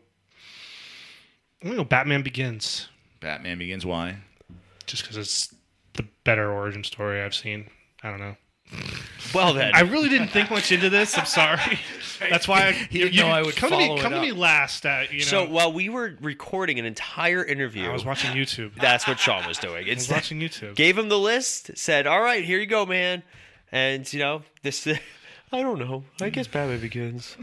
Speaker 5: I'm gonna go. Batman Begins,
Speaker 4: Batman Begins. Why?
Speaker 5: just because it's the better origin story I've seen. I don't know.
Speaker 3: Well then,
Speaker 5: I really didn't think much into this. I'm sorry. That's why I,
Speaker 4: He didn't know I would
Speaker 5: come to
Speaker 4: follow
Speaker 5: me.
Speaker 4: it
Speaker 5: Come to me
Speaker 4: up.
Speaker 5: last. At you know.
Speaker 3: so while we were recording an entire interview,
Speaker 5: I was watching YouTube. I
Speaker 3: that's what Sean was doing.
Speaker 5: was
Speaker 3: Instead,
Speaker 5: watching YouTube.
Speaker 3: gave him the list, said, "All right, here you go, man," and you know this. I don't know. I guess Batman Begins.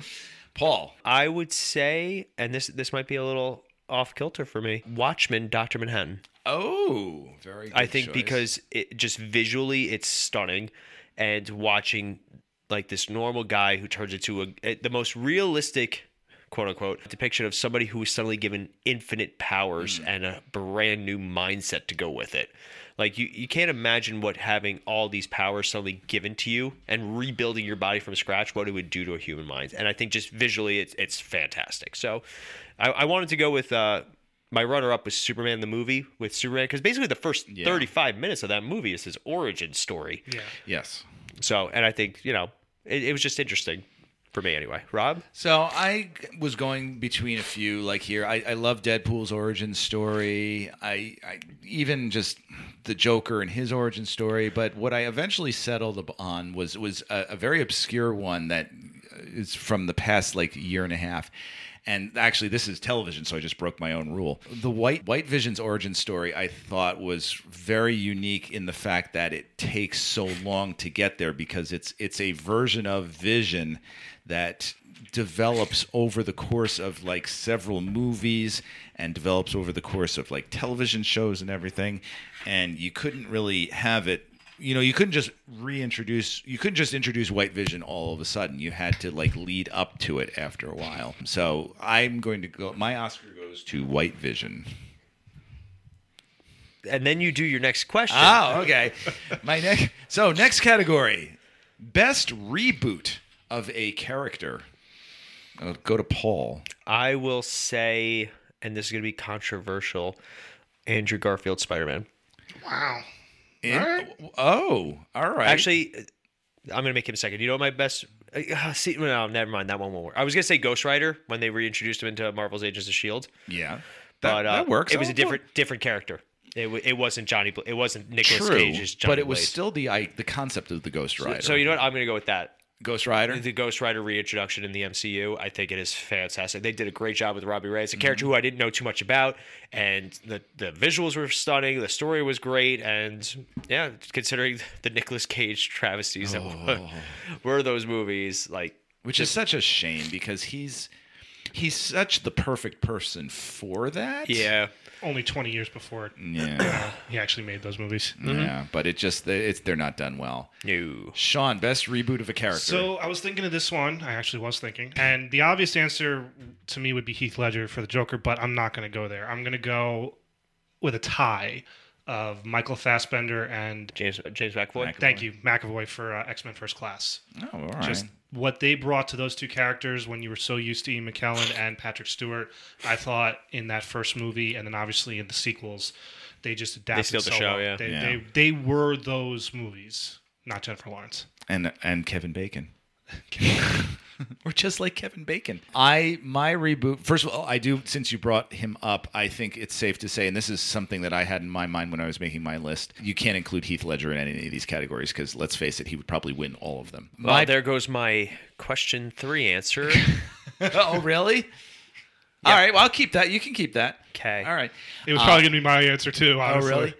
Speaker 4: Paul.
Speaker 3: I would say, and this this might be a little off kilter for me. Watchmen, Doctor Manhattan.
Speaker 4: Oh, very. Good
Speaker 3: I think
Speaker 4: choice.
Speaker 3: because it just visually it's stunning, and watching like this normal guy who turns into a, a- the most realistic quote unquote depiction of somebody who is suddenly given infinite powers
Speaker 4: Mm-hmm.
Speaker 3: and a brand new mindset to go with it. Like you, you can't imagine what having all these powers suddenly given to you and rebuilding your body from scratch, what it would do to a human mind. And I think just visually it's it's fantastic. So I, I wanted to go with uh my runner up was Superman the movie with Superman because basically the first 35 minutes of that movie is his origin story.
Speaker 5: Yeah.
Speaker 4: yes.
Speaker 3: So, and I think, you know, it, it was just interesting for me anyway. Rob?
Speaker 4: So I was going between a few. Like here, I, I love Deadpool's origin story. I, I even just the Joker and his origin story. But what I eventually settled on was was a, a very obscure one that is from the past like year and a half. And actually, this is television, so I just broke my own rule. The White White Vision's origin story, I thought, was very unique in the fact that it takes so long to get there because it's it's a version of Vision that develops over the course of like several movies and develops over the course of like television shows and everything and you couldn't really have it you know you couldn't just reintroduce you couldn't just introduce white vision all of a sudden you had to like lead up to it after a while so i'm going to go my oscar goes to white vision
Speaker 3: And then you do your next question.
Speaker 4: oh okay my next so next category best reboot of a character I'll go to paul
Speaker 3: I will say, and this is going to be controversial Andrew Garfield, Spider Man.
Speaker 5: Wow.
Speaker 4: In- Oh, all right.
Speaker 3: Actually, uh, I'm going to make him second. You know, what my best. Uh, see, no, never mind. That one won't work. I was going to say Ghost Rider when they reintroduced him into Marvel's Agents of S.H.I.E.L.D.
Speaker 4: yeah, that,
Speaker 3: but uh,
Speaker 4: that works. Oh,
Speaker 3: It was
Speaker 4: I'll
Speaker 3: a different different character. It, wa- it wasn't Johnny. Bla- it wasn't
Speaker 4: do it.
Speaker 3: Nicholas
Speaker 4: true,
Speaker 3: Cage. as Johnny
Speaker 4: but it was
Speaker 3: Blaze.
Speaker 4: still the I, the concept of the Ghost Rider.
Speaker 3: So you know what? I'm gonna go with that.
Speaker 4: Ghost Rider.
Speaker 3: The Ghost Rider reintroduction in the MCU, I think it is fantastic. They did a great job with Robbie Ray. It's a
Speaker 4: Mm-hmm.
Speaker 3: character who I didn't know too much about, and the the visuals were stunning. The story was great, and yeah, considering the Nicolas Cage travesties that
Speaker 4: Oh.
Speaker 3: were, were those movies, like
Speaker 4: which is such a shame because he's he's such the perfect person for that.
Speaker 3: yeah,
Speaker 5: Only 20 years before
Speaker 4: yeah,
Speaker 5: he actually made those movies.
Speaker 3: Mm-hmm.
Speaker 4: yeah. But it just it's they're not done well.
Speaker 3: no,
Speaker 4: Sean, best reboot of a character.
Speaker 5: So I was thinking of this one. I actually was thinking, and the obvious answer to me would be Heath Ledger for the Joker, but I'm not going to go there. I'm going to go with a tie of Michael Fassbender and
Speaker 3: James James McAvoy.
Speaker 5: thank you McAvoy for uh, X Men First Class.
Speaker 4: oh, all right.
Speaker 5: Just what they brought to those two characters when you were so used to Ian McKellen and Patrick Stewart. I thought in that first movie, and then obviously in the sequels, they just adapted.
Speaker 3: steal the
Speaker 5: so
Speaker 3: show,
Speaker 5: well.
Speaker 3: yeah.
Speaker 5: They,
Speaker 4: Yeah.
Speaker 5: they they were those movies, not Jennifer Lawrence.
Speaker 4: and and Kevin Bacon. We're just like Kevin Bacon. I my reboot. First of all, I do since you brought him up, I think it's safe to say, and this is something that I had in my mind when I was making my list. You can't include Heath Ledger in any of these categories because let's face it, he would probably win all of them.
Speaker 3: Well,
Speaker 4: My-
Speaker 3: there goes my question three answer.
Speaker 4: oh really? All right, well I'll keep that. You can keep that.
Speaker 3: 'Kay.
Speaker 4: All right.
Speaker 5: It was probably going to be my answer too. Honestly.
Speaker 4: Uh, Oh, really?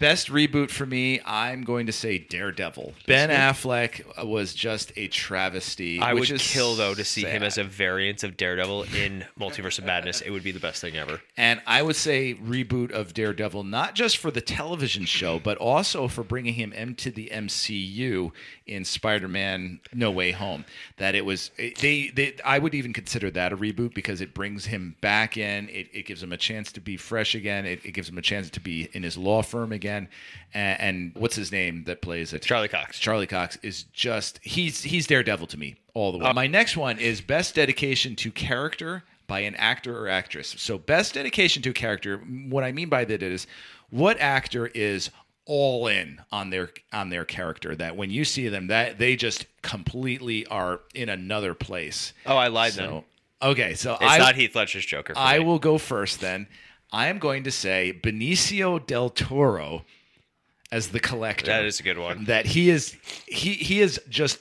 Speaker 4: Best reboot for me, I'm going to say Daredevil. Ben Affleck was just a travesty.
Speaker 3: I
Speaker 4: which
Speaker 3: would
Speaker 4: is
Speaker 3: kill though to see him
Speaker 4: sad.
Speaker 3: as a variant of Daredevil in Multiverse of Madness. It would be the best thing ever.
Speaker 4: And I would say reboot of Daredevil, not just for the television show, but also for bringing him into the MCU in Spider-Man: No Way Home. That it was it- they, they. I would even consider that a reboot because it brings him back in. It, it gives him a chance to be fresh again. It, it gives him a chance to be in his law firm again. And, and what's his name that plays it?
Speaker 3: Charlie Cox.
Speaker 4: Charlie Cox is just he's he's Daredevil to me all
Speaker 3: Uh,
Speaker 4: the way. My next one is best dedication to character by an actor or actress. So best dedication to character. What I mean by that is, what actor is all in on their on their character that when you see them that they just completely are in another place.
Speaker 3: Oh, I lied then.
Speaker 4: So, okay, so
Speaker 3: It's
Speaker 4: I
Speaker 3: not Heath Ledger's Joker. for
Speaker 4: I
Speaker 3: me.
Speaker 4: will go first then. I am going to say Benicio del Toro as the collector.
Speaker 3: That is a good one.
Speaker 4: That he is he he is just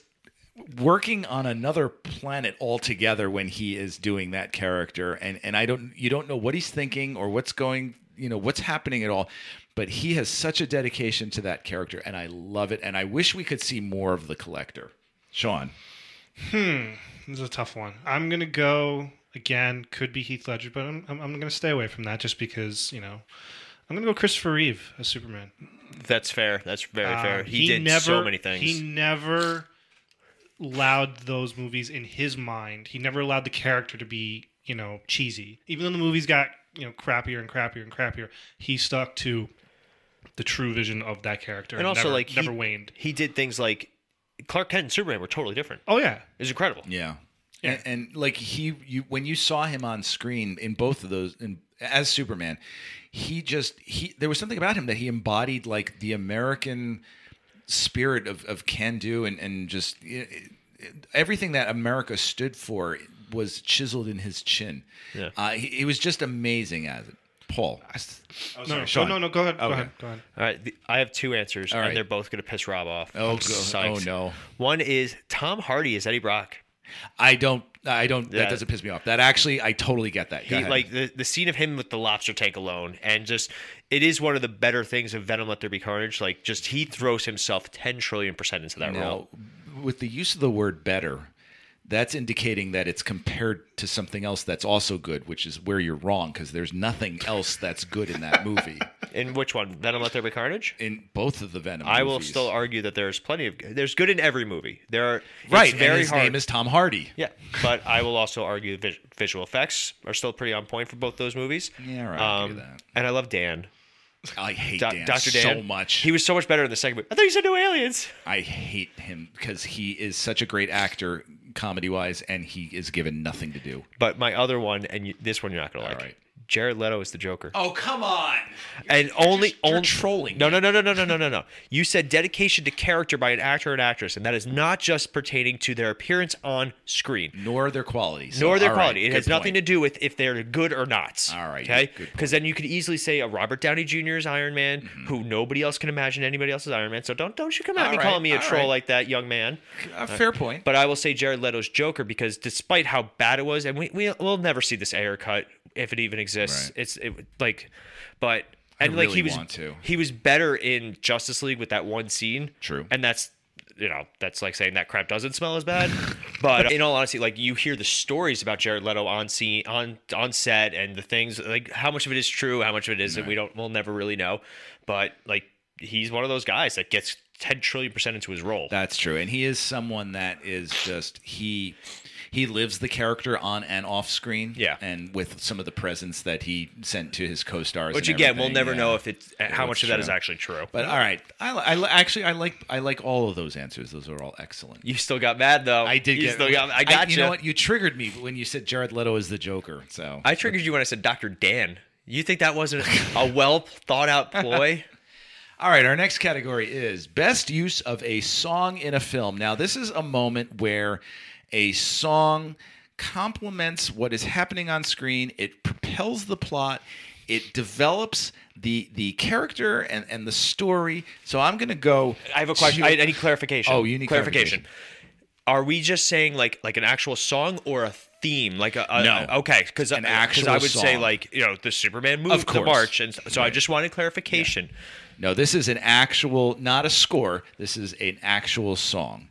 Speaker 4: working on another planet altogether when he is doing that character and and I don't you don't know what he's thinking or what's going you know what's happening at all but he has such a dedication to that character and I love it and I wish we could see more of the collector. Sean.
Speaker 5: This is a tough one. I'm gonna go again. Could be Heath Ledger, but I'm I'm, I'm gonna stay away from that just because you know. I'm gonna go Christopher Reeve as Superman.
Speaker 3: That's fair. That's very
Speaker 5: Uh,
Speaker 3: fair. He, did so many things.
Speaker 5: He never allowed those movies in his mind. He never allowed the character to be, you know, cheesy. Even though the movies got, you know, crappier and crappier and crappier, he stuck to the true vision of that character
Speaker 3: and also,
Speaker 5: never,
Speaker 3: like,
Speaker 5: never
Speaker 3: he,
Speaker 5: waned.
Speaker 3: He did things like Clark Kent and Superman were totally different.
Speaker 5: Oh yeah.
Speaker 3: It's incredible.
Speaker 4: Yeah. And, and like he you when you saw him on screen in both of those in as Superman, he just he there was something about him that he embodied like the American spirit of, of can do and, and just it, it- everything that America stood for was chiseled in his chin.
Speaker 3: Yeah.
Speaker 4: Uh, he, he was just amazing as it. Paul.
Speaker 3: Oh,
Speaker 5: no, no,
Speaker 4: Sean.
Speaker 5: no, no, go ahead. Go
Speaker 4: Okay.
Speaker 5: ahead. Go ahead.
Speaker 3: All right, the, I have two answers,
Speaker 4: All right.
Speaker 3: and they're both going to piss Rob off.
Speaker 4: Oh,
Speaker 3: I'm
Speaker 4: go-
Speaker 3: psyched.
Speaker 4: oh, no.
Speaker 3: One is Tom Hardy is Eddie Brock.
Speaker 4: I don't I don't
Speaker 3: Yeah.
Speaker 4: that doesn't piss me off. That actually I totally get that. Go
Speaker 3: He,
Speaker 4: ahead.
Speaker 3: like the, the scene of him with the lobster tank alone, and just it is one of the better things of Venom Let There Be Carnage. Like, just he throws himself 10 trillion percent into that role.
Speaker 4: Now, with the use of the word better, that's indicating that it's compared to something else that's also good, which is where you're wrong because there's nothing else that's good in that movie.
Speaker 3: In which one? Venom Let There Be Carnage?
Speaker 4: In both of the Venom,
Speaker 3: I will
Speaker 4: movies.
Speaker 3: still argue that there's plenty of there's good in every movie. There are it's
Speaker 4: right. and
Speaker 3: very
Speaker 4: his
Speaker 3: hard.
Speaker 4: name is Tom Hardy.
Speaker 3: yeah, but I will also argue the vis- visual effects are still pretty on point for both those movies.
Speaker 4: Yeah, all right, I'll
Speaker 3: Um,
Speaker 4: give you that.
Speaker 3: And I love Dan,
Speaker 4: I hate
Speaker 3: Do-
Speaker 4: Dan
Speaker 3: Dr. Dan,
Speaker 4: so much.
Speaker 3: He was so much better in the second movie. I thought you said no aliens.
Speaker 4: I hate him because he is such a great actor, comedy wise, and he is given nothing to do.
Speaker 3: But my other one, and you, this one you're not gonna like.
Speaker 4: right.
Speaker 3: Jared Leto is the Joker,
Speaker 4: Oh come on!
Speaker 3: and only
Speaker 4: you're
Speaker 3: only
Speaker 4: trolling
Speaker 3: No,
Speaker 4: me.
Speaker 3: no, no, no, no, no, no, no, no. You said dedication to character by an actor and actress, and that is not just pertaining to their appearance on screen.
Speaker 4: Nor their quality. So,
Speaker 3: nor their
Speaker 4: all right,
Speaker 3: quality. it
Speaker 4: good
Speaker 3: has nothing
Speaker 4: point.
Speaker 3: to do with if they're good or not.
Speaker 4: All right,
Speaker 3: Okay.
Speaker 4: good- good Mm-hmm.
Speaker 3: Because then you could easily say a Robert Downey Jr.'s Iron Man, who nobody else can imagine anybody else's Iron Man. So don't don't you come at
Speaker 4: All
Speaker 3: me
Speaker 4: right,
Speaker 3: calling me a
Speaker 4: all
Speaker 3: troll
Speaker 4: right.
Speaker 3: like that, young man.
Speaker 4: Uh, fair point.
Speaker 3: But I will say Jared Leto's Joker because despite how bad it was, and we, we we'll never see this air cut if it even exists.
Speaker 4: Right.
Speaker 3: It's it, like, but and like
Speaker 4: really
Speaker 3: he was
Speaker 4: want to.
Speaker 3: he was better in Justice League with that one scene.
Speaker 4: True.
Speaker 3: and that's you know that's like saying that crap doesn't smell as bad. but in all honesty, like you hear the stories about Jared Leto on scene on on set and the things like how much of it is true, how much of it isn't, we don't we'll never really know. But like he's one of those guys that gets ten trillion percent into his role.
Speaker 4: That's true, and he is someone that is just he he lives the character on and off screen.
Speaker 3: Yeah.
Speaker 4: and with some of the presence that he sent to his co-stars.
Speaker 3: Which
Speaker 4: and
Speaker 3: again, we'll
Speaker 4: everything,
Speaker 3: never
Speaker 4: yeah.
Speaker 3: know if it's uh, how much
Speaker 4: that's
Speaker 3: of that is
Speaker 4: true.
Speaker 3: actually true.
Speaker 4: But all right, I, li- I li- actually I like I like all of those answers. Those are all excellent.
Speaker 3: you still got mad though.
Speaker 4: I did
Speaker 3: You
Speaker 4: get.
Speaker 3: still got. I got
Speaker 4: You know what? You triggered me when you said Jared Leto is the Joker. So
Speaker 3: I triggered you when I said Dr. Dan. You think that wasn't a well thought out ploy?
Speaker 4: All right, our next category is best use of a song in a film. Now, this is a moment where a song complements what is happening on screen, it propels the plot, it develops the the character and, and the story. So I'm going to go
Speaker 3: I have a question.
Speaker 4: to-
Speaker 3: I, I need clarification.
Speaker 4: Oh, you need
Speaker 3: Are we just saying like like an actual song or a theme? Like a, a
Speaker 4: No.
Speaker 3: okay, because
Speaker 4: An
Speaker 3: I
Speaker 4: actual
Speaker 3: would say
Speaker 4: song.
Speaker 3: like you know the Superman movie,
Speaker 4: Of
Speaker 3: the
Speaker 4: course.
Speaker 3: march, and so I just wanted clarification.
Speaker 4: no, this is an actual not a score. This is an actual song.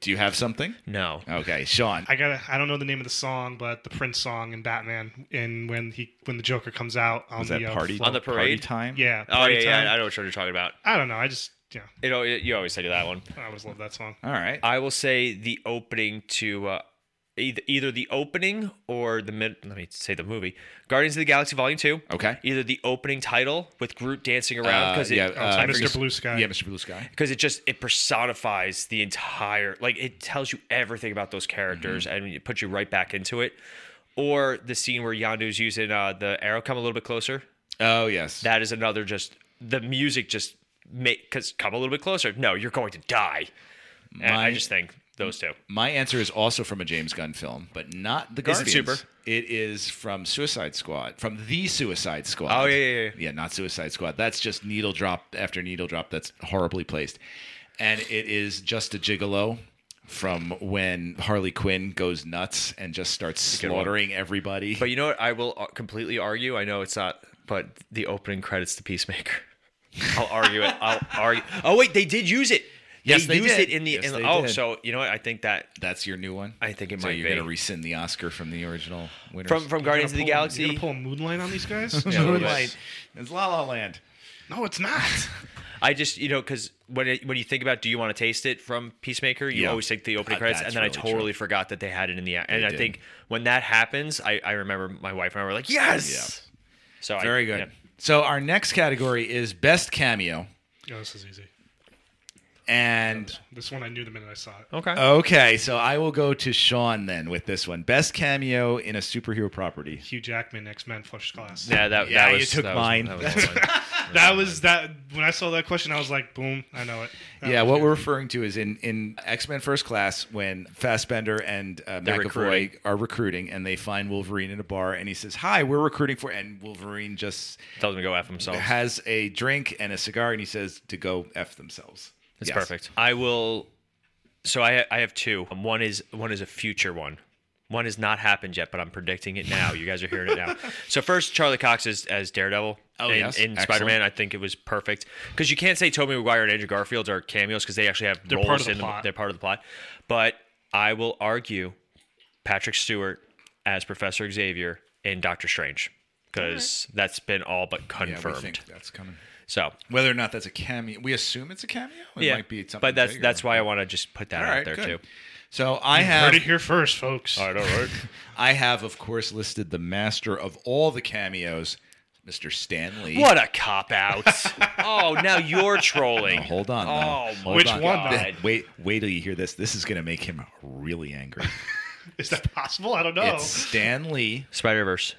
Speaker 4: Do you have something?
Speaker 3: No,
Speaker 4: Okay, Sean.
Speaker 5: I gotta I don't know the name of the song, but the Prince song in Batman and when he when the Joker comes out on
Speaker 4: was
Speaker 5: the
Speaker 4: that
Speaker 5: uh,
Speaker 4: party
Speaker 5: float-
Speaker 3: On the
Speaker 4: party
Speaker 3: parade?
Speaker 4: time?
Speaker 5: Yeah.
Speaker 3: oh
Speaker 5: party
Speaker 3: yeah, yeah, I
Speaker 5: time.
Speaker 3: know what you're talking about.
Speaker 5: I don't know. I just yeah,
Speaker 3: You know, you always say that one.
Speaker 5: I always love that song.
Speaker 4: All right.
Speaker 3: I will say the opening to uh, either, either the opening or the mid. Let me say the movie Guardians of the Galaxy Volume Two.
Speaker 4: Okay.
Speaker 3: Either the opening title with Groot dancing around because
Speaker 4: Uh,
Speaker 3: it oh,
Speaker 4: yeah, uh,
Speaker 5: Mr.
Speaker 3: because
Speaker 5: Blue Sky.
Speaker 4: Yeah, Mr. Blue Sky.
Speaker 3: it just it personifies the entire like it tells you everything about those characters
Speaker 4: Mm-hmm.
Speaker 3: and it puts you right back into it. Or the scene where Yandu's using uh, the arrow come a little bit closer.
Speaker 4: Oh yes.
Speaker 3: That is another just the music just make because come a little bit closer. No, you're going to die. And I
Speaker 4: My-
Speaker 3: just think those two.
Speaker 4: My answer is also from a James Gunn film, but not the
Speaker 3: Is
Speaker 4: Guardians.
Speaker 3: it Super?
Speaker 4: It is from Suicide Squad, from the Suicide Squad.
Speaker 3: Oh, yeah, yeah, yeah.
Speaker 4: yeah. Not Suicide Squad. That's just needle drop after needle drop. That's horribly placed, and it is just a gigolo from when Harley Quinn goes nuts and just starts
Speaker 3: good one.
Speaker 4: slaughtering everybody.
Speaker 3: But you know what? I will uh, completely argue. I know it's not, but the opening credits to Peacemaker. I'll argue it. I'll argue. Oh wait, they did use it.
Speaker 4: Yes, they
Speaker 3: used
Speaker 4: did.
Speaker 3: it in the.
Speaker 4: Yes,
Speaker 3: in the-
Speaker 4: they
Speaker 3: oh,
Speaker 4: did.
Speaker 3: so you know what? I think that
Speaker 4: That's your new one.
Speaker 3: I think it
Speaker 4: so
Speaker 3: might
Speaker 4: you're
Speaker 3: be.
Speaker 4: gonna rescind the Oscar from the original winners.
Speaker 3: from from Guardians of
Speaker 5: You're
Speaker 3: the
Speaker 5: gonna pull-
Speaker 3: Galaxy,
Speaker 5: You're gonna pull Moonlight on these guys?
Speaker 4: Yeah,
Speaker 3: Moonlight.
Speaker 4: Moonlight. It's La La Land.
Speaker 5: No, it's not.
Speaker 3: I just you know because when it, when you think about do you want to taste it from Peacemaker, you
Speaker 4: Yeah.
Speaker 3: always think the opening
Speaker 4: Uh,
Speaker 3: credits,
Speaker 4: that's
Speaker 3: and then I
Speaker 4: really
Speaker 3: totally forgot that they had it in the. And I
Speaker 4: did.
Speaker 3: think when that happens, I I remember my wife and I were like yes. So I-
Speaker 4: Very good.
Speaker 3: yeah.
Speaker 4: So our next category is best cameo.
Speaker 5: Yeah, this is easy.
Speaker 4: And
Speaker 5: This one I knew the minute I saw it.
Speaker 3: Okay.
Speaker 4: okay, so I will go to Sean then with this one. Best cameo in a superhero property.
Speaker 5: Hugh Jackman, X Men, Flush Glass.
Speaker 3: yeah, that,
Speaker 4: Yeah,
Speaker 3: that
Speaker 4: you
Speaker 3: was,
Speaker 4: took
Speaker 3: that
Speaker 4: mine.
Speaker 3: Was, that was one.
Speaker 5: That was that. When I saw that question, I was like, boom, I know it. That
Speaker 4: yeah,
Speaker 5: was
Speaker 4: what
Speaker 5: good.
Speaker 4: we're referring to is in, in X Men First Class when Fassbender and uh,
Speaker 3: They're
Speaker 4: McAvoy
Speaker 3: recruiting.
Speaker 4: are recruiting and they find Wolverine in a bar and he says, Hi, we're recruiting for. And Wolverine just
Speaker 3: Tells him to go f himself.
Speaker 4: has a drink and a cigar and he says to go F themselves.
Speaker 3: It's
Speaker 4: Yes.
Speaker 3: perfect. I will. So I I have two. Um, One is one is a future one. One has not happened yet, but I'm predicting it now. You guys are hearing it now. So first, Charlie Cox is as Daredevil
Speaker 4: Oh,
Speaker 3: in,
Speaker 4: yes.
Speaker 3: in
Speaker 4: Excellent.
Speaker 3: Spider-Man. I think it was perfect because you can't say Tobey Maguire and Andrew Garfield are cameos because they actually have
Speaker 5: They're
Speaker 3: roles
Speaker 5: part of the
Speaker 3: in
Speaker 5: plot.
Speaker 3: they're part of the plot. But I will argue Patrick Stewart as Professor Xavier in Doctor Strange because that's been all but
Speaker 4: Yeah, we
Speaker 3: confirmed.
Speaker 4: think that's coming.
Speaker 3: so
Speaker 4: Whether or not that's a cameo, we assume it's a cameo. It might be something.
Speaker 3: but that's
Speaker 4: bigger.
Speaker 3: that's why I want to just put that
Speaker 4: All
Speaker 3: out
Speaker 4: right,
Speaker 3: there
Speaker 4: good.
Speaker 3: too.
Speaker 4: So I have
Speaker 5: Heard it here first, folks.
Speaker 3: All right, all right.
Speaker 4: I have, of course, listed the master of all the cameos, Mr. Stanley.
Speaker 3: what a cop out! oh, now you're trolling.
Speaker 4: Hold on.
Speaker 3: Oh,
Speaker 4: though.
Speaker 3: my
Speaker 4: Hold
Speaker 5: Which
Speaker 4: on.
Speaker 5: one, though?
Speaker 4: Th- Wait, wait till you hear this. This is going to make him really angry.
Speaker 5: Is that possible? I don't know.
Speaker 4: It's Stan Lee
Speaker 3: Spider Verse.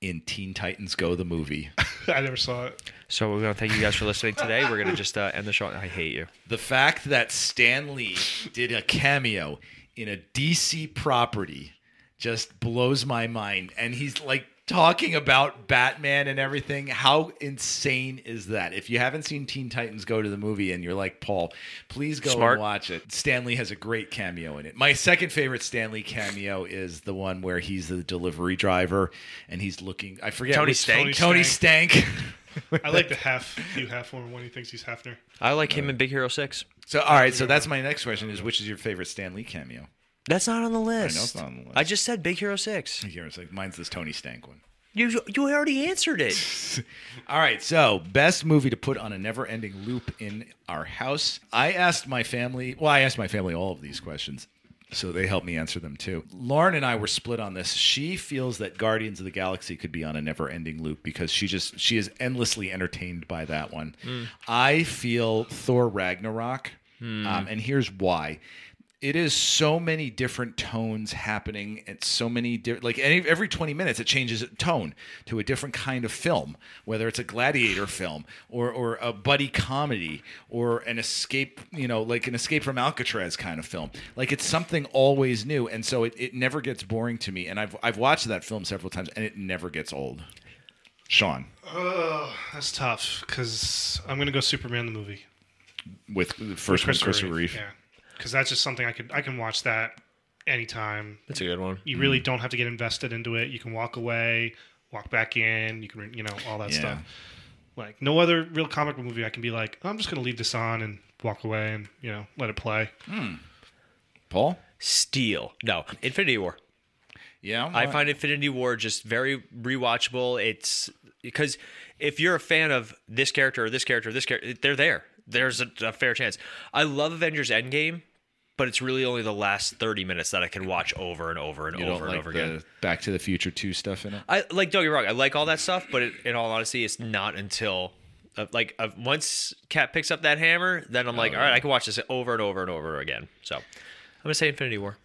Speaker 4: in Teen Titans Go the movie.
Speaker 5: I never saw it.
Speaker 3: So we're gonna thank you guys for listening today. We're gonna just uh, end the show. I hate you.
Speaker 4: The fact that Stan Lee did a cameo in a DC property just blows my mind. And he's like talking about Batman and everything. How insane is that? If you haven't seen Teen Titans go to the movie and you're like, Paul, please go
Speaker 3: Smart.
Speaker 4: and watch it. Stan Lee has a great cameo in it. My second favorite Stan Lee cameo is the one where he's the delivery driver and he's looking, I forget.
Speaker 3: Tony
Speaker 4: which-
Speaker 3: Stank.
Speaker 4: Tony Stank.
Speaker 5: I like the half Hugh Hefner when he thinks he's Hefner.
Speaker 3: I like him in Big Hero Six.
Speaker 4: So, all right. So that's my next question is which is your favorite Stan Lee cameo?
Speaker 3: That's not on the list.
Speaker 4: it's not on the list.
Speaker 3: I just said Big Hero Six.
Speaker 4: Here, it's like mine's this Tony Stank one.
Speaker 3: You you already answered it.
Speaker 4: All right, so best movie to put on a never-ending loop in our house. I asked my family. Well, I asked my family all of these questions, so they helped me answer them too. Lauren and I were split on this. She feels that Guardians of the Galaxy could be on a never-ending loop because she just she is endlessly entertained by that one. I feel Thor Ragnarok, um, and here's why it is so many different tones happening at so many different like any, every 20 minutes it changes a tone to a different kind of film whether it's a gladiator film or or a buddy comedy or an escape you know like an escape from alcatraz kind of film like it's something always new and so it, it never gets boring to me and I've, I've watched that film several times and it never gets old sean
Speaker 5: Oh, that's tough because I'm gonna go Superman the movie.
Speaker 4: with the first one christopher reeve
Speaker 5: Yeah, because that's just something I could I can watch that anytime.
Speaker 3: That's a good one.
Speaker 5: You really
Speaker 4: Mm.
Speaker 5: don't have to get invested into it. You can walk away, walk back in. You can re- you know all that
Speaker 4: Yeah.
Speaker 5: stuff. Like no other real comic book movie, I can be like, "Oh, I'm just gonna leave this on and walk away and you know let it play.
Speaker 4: Mm. paul
Speaker 3: Steel. No, Infinity War.
Speaker 4: yeah
Speaker 3: I find Infinity War just very rewatchable. It's because if you're a fan of this character or this character or this character, they're there. There's a, a fair chance. I love Avengers Endgame but it's really only the last 30 minutes that I can watch over and over and
Speaker 4: You
Speaker 3: over and
Speaker 4: don't like
Speaker 3: over
Speaker 4: the
Speaker 3: again.
Speaker 4: Back to the Future 2 stuff in it?
Speaker 3: I like don't get me wrong. I like all that stuff, but it, in all honesty, it's not until uh, like uh, once Cat picks up that hammer, then I'm like, all right, I can watch this over and over and over again. So I'm gonna say Infinity War.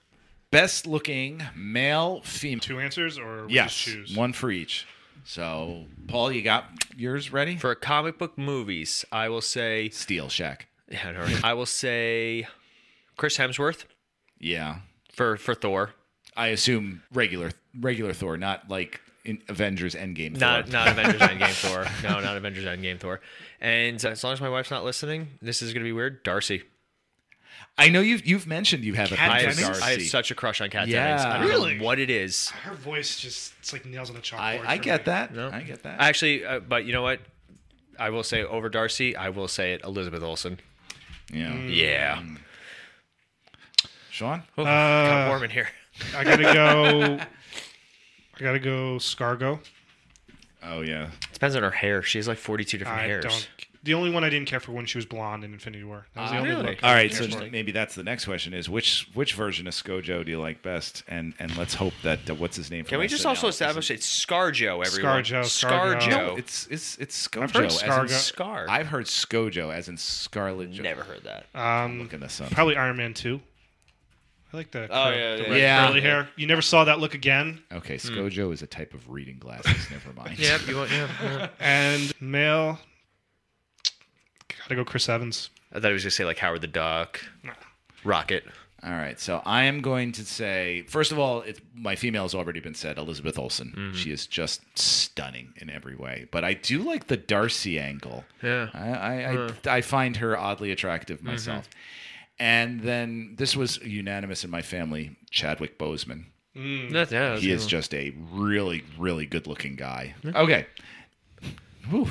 Speaker 4: Best looking male female.
Speaker 5: Two answers or we
Speaker 4: Yes,
Speaker 5: just choose?
Speaker 4: one for each. So, Paul, you got yours ready?
Speaker 3: For comic book movies, I will say,
Speaker 4: Steel Shack.
Speaker 3: yeah, I know, right? I will say Chris Hemsworth
Speaker 4: Yeah,
Speaker 3: for for Thor.
Speaker 4: I assume regular regular Thor, not like in Avengers Endgame.
Speaker 3: Not
Speaker 4: Thor.
Speaker 3: not Avengers Endgame Thor. No, not Avengers Endgame Thor. And as long as my wife's not listening, this is gonna be weird. Darcy.
Speaker 4: I know you've you've mentioned you have a
Speaker 3: I
Speaker 4: thing
Speaker 5: Kat
Speaker 4: for
Speaker 3: have,
Speaker 5: Dennings?
Speaker 4: Darcy.
Speaker 3: I have such a crush on Kat
Speaker 4: Yeah.
Speaker 3: Dennings. I don't
Speaker 5: Really?
Speaker 3: know what it is.
Speaker 5: Her voice just—it's like nails on a chalkboard.
Speaker 4: I, I
Speaker 5: for
Speaker 4: get
Speaker 5: me.
Speaker 4: that.
Speaker 3: No.
Speaker 4: I get that.
Speaker 3: Actually, uh, but you know what? I will say over Darcy, I will say it Elizabeth Olsen.
Speaker 4: yeah.
Speaker 3: Yeah.
Speaker 4: Sean,
Speaker 3: Oh,
Speaker 5: Uh,
Speaker 3: got warm in here.
Speaker 5: I gotta go. I gotta go. Scargo.
Speaker 4: oh yeah,
Speaker 3: Depends on her hair. She has like 42 different
Speaker 5: I
Speaker 3: hairs.
Speaker 5: don't. The only one I didn't care for when she was blonde in Infinity War. That was the
Speaker 3: Ah,
Speaker 5: only
Speaker 3: really?
Speaker 5: look.
Speaker 4: All right, so
Speaker 3: Interesting.
Speaker 4: maybe that's the next question: is which which version of ScoJo do you like best? And and let's hope that uh, what's his name?
Speaker 3: Can we just also establish it's ScarJo, everyone?
Speaker 5: ScarJo, ScarJo.
Speaker 3: ScarJo.
Speaker 4: No, it's it's it's ScoJo.
Speaker 5: I've heard
Speaker 4: as in
Speaker 5: Scargo.
Speaker 3: Scar.
Speaker 4: I've heard ScoJo as in Scarlet. Jo-
Speaker 3: never heard that.
Speaker 4: Ah,
Speaker 5: Um,
Speaker 4: Looking this up.
Speaker 5: probably Iron Man two. I like the,
Speaker 3: Oh,
Speaker 5: cur-
Speaker 3: yeah,
Speaker 5: the
Speaker 3: yeah,
Speaker 5: red
Speaker 4: yeah.
Speaker 5: curly hair. You never saw that look again.
Speaker 4: Okay,
Speaker 3: Hmm.
Speaker 4: ScoJo is a type of reading glasses. Never mind.
Speaker 3: Yep, you want, yeah, yeah.
Speaker 5: And male. Gotta go, Chris Evans.
Speaker 3: I thought he was going to say like Howard the Duck,
Speaker 5: Nah.
Speaker 3: Rocket.
Speaker 4: All right, so I am going to say first of all, it's, my female has already been said, Elizabeth Olsen.
Speaker 3: Mm-hmm.
Speaker 4: She is just stunning in every way, but I do like the Darcy angle.
Speaker 3: Yeah.
Speaker 4: I I, I, I find her oddly
Speaker 3: Mm-hmm.
Speaker 4: attractive myself. And then this was unanimous in my family, Chadwick Boseman.
Speaker 3: That- yeah, that's
Speaker 4: He is
Speaker 3: cool.
Speaker 4: just a really, really good-looking guy. Okay. Whew.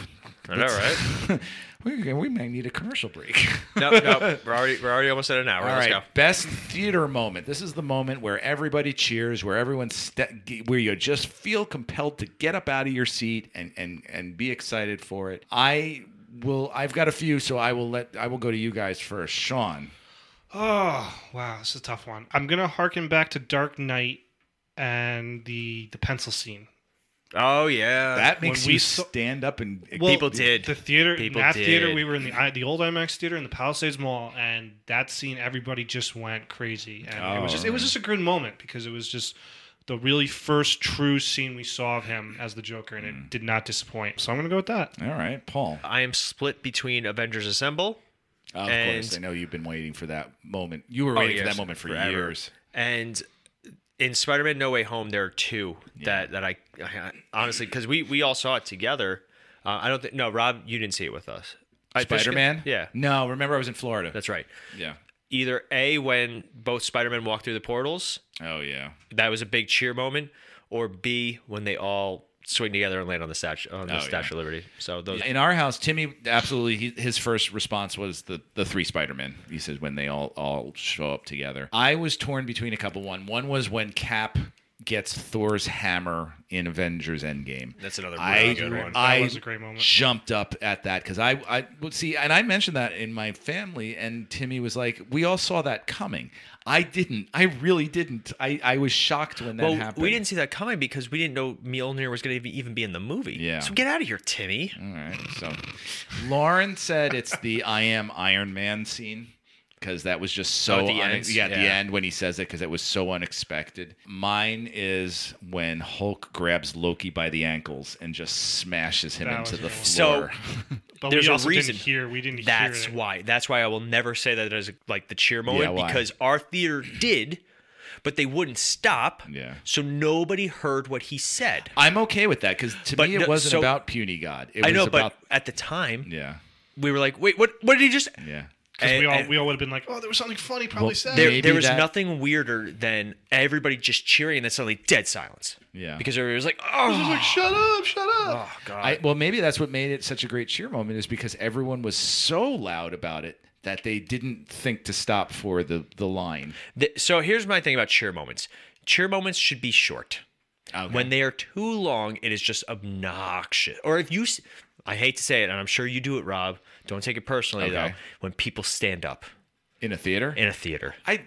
Speaker 3: I know, right?
Speaker 4: We, we may need a commercial break.
Speaker 3: no, no. We're already, we're already almost at an hour.
Speaker 4: All
Speaker 3: Let's go.
Speaker 4: right, best theater moment. This is the moment where everybody cheers, where everyone ste- g- where you just feel compelled to get up out of your seat and and and be excited for it. I will. I've got a few, so I will let I will go to you guys first. Sean,
Speaker 5: Oh wow, this is a tough one. I'm gonna harken back to Dark Knight and the the pencil scene.
Speaker 3: Oh, yeah.
Speaker 4: that makes
Speaker 5: Uh, when we
Speaker 4: you
Speaker 5: saw-
Speaker 4: stand up and
Speaker 3: People did.
Speaker 5: The theater,
Speaker 3: People
Speaker 5: that theater,
Speaker 3: did.
Speaker 5: we were in the I- the old IMAX theater in the Palisades Mall, and that scene, everybody just went crazy, and it was
Speaker 4: Oh.
Speaker 5: just it was just a good moment because it was just the really first true scene we saw of him as the Joker, and
Speaker 3: Mm.
Speaker 5: it did not disappoint. So I'm gonna go with that.
Speaker 4: All right, Paul.
Speaker 3: I am split between Avengers Assemble
Speaker 4: Of
Speaker 3: And- Oh,
Speaker 4: course, I know you've been waiting for that moment. You were waiting for
Speaker 3: yes,
Speaker 4: that moment for
Speaker 3: forever.
Speaker 4: years.
Speaker 3: And in Spider-Man: No Way Home, there are two that that I, I honestly because we we all saw it together. Uh, I don't think no, Rob, you didn't see it with us. I- there's-
Speaker 4: Spider Man.
Speaker 3: Yeah,
Speaker 4: No, remember I was in Florida.
Speaker 3: that's right.
Speaker 4: yeah.
Speaker 3: Either a when both Spider-Men walk through the portals,
Speaker 4: Oh yeah.
Speaker 3: that was a big cheer moment, or b when they all swing together and land on the statue on the
Speaker 4: Oh,
Speaker 3: Statue of Liberty. So those.
Speaker 4: In our house, Timmy absolutely he, his first response was the the three Spider Men. He said when they all all show up together. I was torn between a couple. One one was when Cap gets Thor's hammer in Avengers Endgame.
Speaker 3: That's another really
Speaker 4: I,
Speaker 3: good one.
Speaker 5: That
Speaker 4: I
Speaker 5: was a great moment.
Speaker 4: jumped up at that because I I would see and I mentioned that in my family and Timmy was like we all saw that coming. I didn't. I really didn't. I I was shocked when that
Speaker 3: Well,
Speaker 4: happened.
Speaker 3: we didn't see that coming because we didn't know Mjolnir was going to even be in the movie.
Speaker 4: Yeah. Mm-hmm.
Speaker 3: So get out of here, Timmy.
Speaker 4: All right. So Lauren said it's the I am Iron Man scene because that was just so
Speaker 3: Oh, at the
Speaker 4: une-
Speaker 3: end?
Speaker 4: yeah, at the
Speaker 3: Yeah.
Speaker 4: end when he says it because it was so unexpected. Mine is when Hulk grabs Loki by the ankles and just smashes him
Speaker 5: That
Speaker 4: into
Speaker 5: was
Speaker 4: the
Speaker 5: a good one.
Speaker 4: floor.
Speaker 5: But
Speaker 3: There's
Speaker 5: we
Speaker 3: a
Speaker 5: also
Speaker 3: reason.
Speaker 5: didn't hear. We didn't
Speaker 3: That's
Speaker 5: hear. it.
Speaker 3: why. That's why I will never say that as like the cheer
Speaker 4: Yeah,
Speaker 3: moment
Speaker 4: why?
Speaker 3: because our theater did, but they wouldn't stop.
Speaker 4: Yeah.
Speaker 3: So nobody heard what he said.
Speaker 4: I'm okay with that because to
Speaker 3: But
Speaker 4: me it
Speaker 3: no-
Speaker 4: wasn't
Speaker 3: so-
Speaker 4: about puny god. It
Speaker 3: I
Speaker 4: was
Speaker 3: know,
Speaker 4: about
Speaker 3: but at the time
Speaker 4: yeah,
Speaker 3: we were like, "Wait, what? What did he just?"
Speaker 4: yeah.
Speaker 5: 'Cause we
Speaker 3: And-
Speaker 5: all
Speaker 3: and
Speaker 5: we all would have been like, oh, there was something funny probably
Speaker 4: Well,
Speaker 5: said.
Speaker 3: there,
Speaker 4: Maybe
Speaker 3: there was
Speaker 4: that-
Speaker 3: nothing weirder than everybody just cheering and then suddenly dead silence.
Speaker 4: Yeah.
Speaker 3: Because everybody was like, "Oh,
Speaker 4: Shut up! Shut up!
Speaker 3: oh God."
Speaker 4: I, well, maybe that's what made it such a great cheer moment is because everyone was so loud about it that they didn't think to stop for the the line.
Speaker 3: Th- so here's my thing about cheer moments. Cheer moments should be short.
Speaker 4: Okay.
Speaker 3: When they are too long, it is just obnoxious. Or if you, s- I hate to say it, and I'm sure you do it, Rob. Don't take it personally
Speaker 4: Okay.
Speaker 3: though. When people stand up,
Speaker 4: in a theater.
Speaker 3: in a theater.
Speaker 4: I,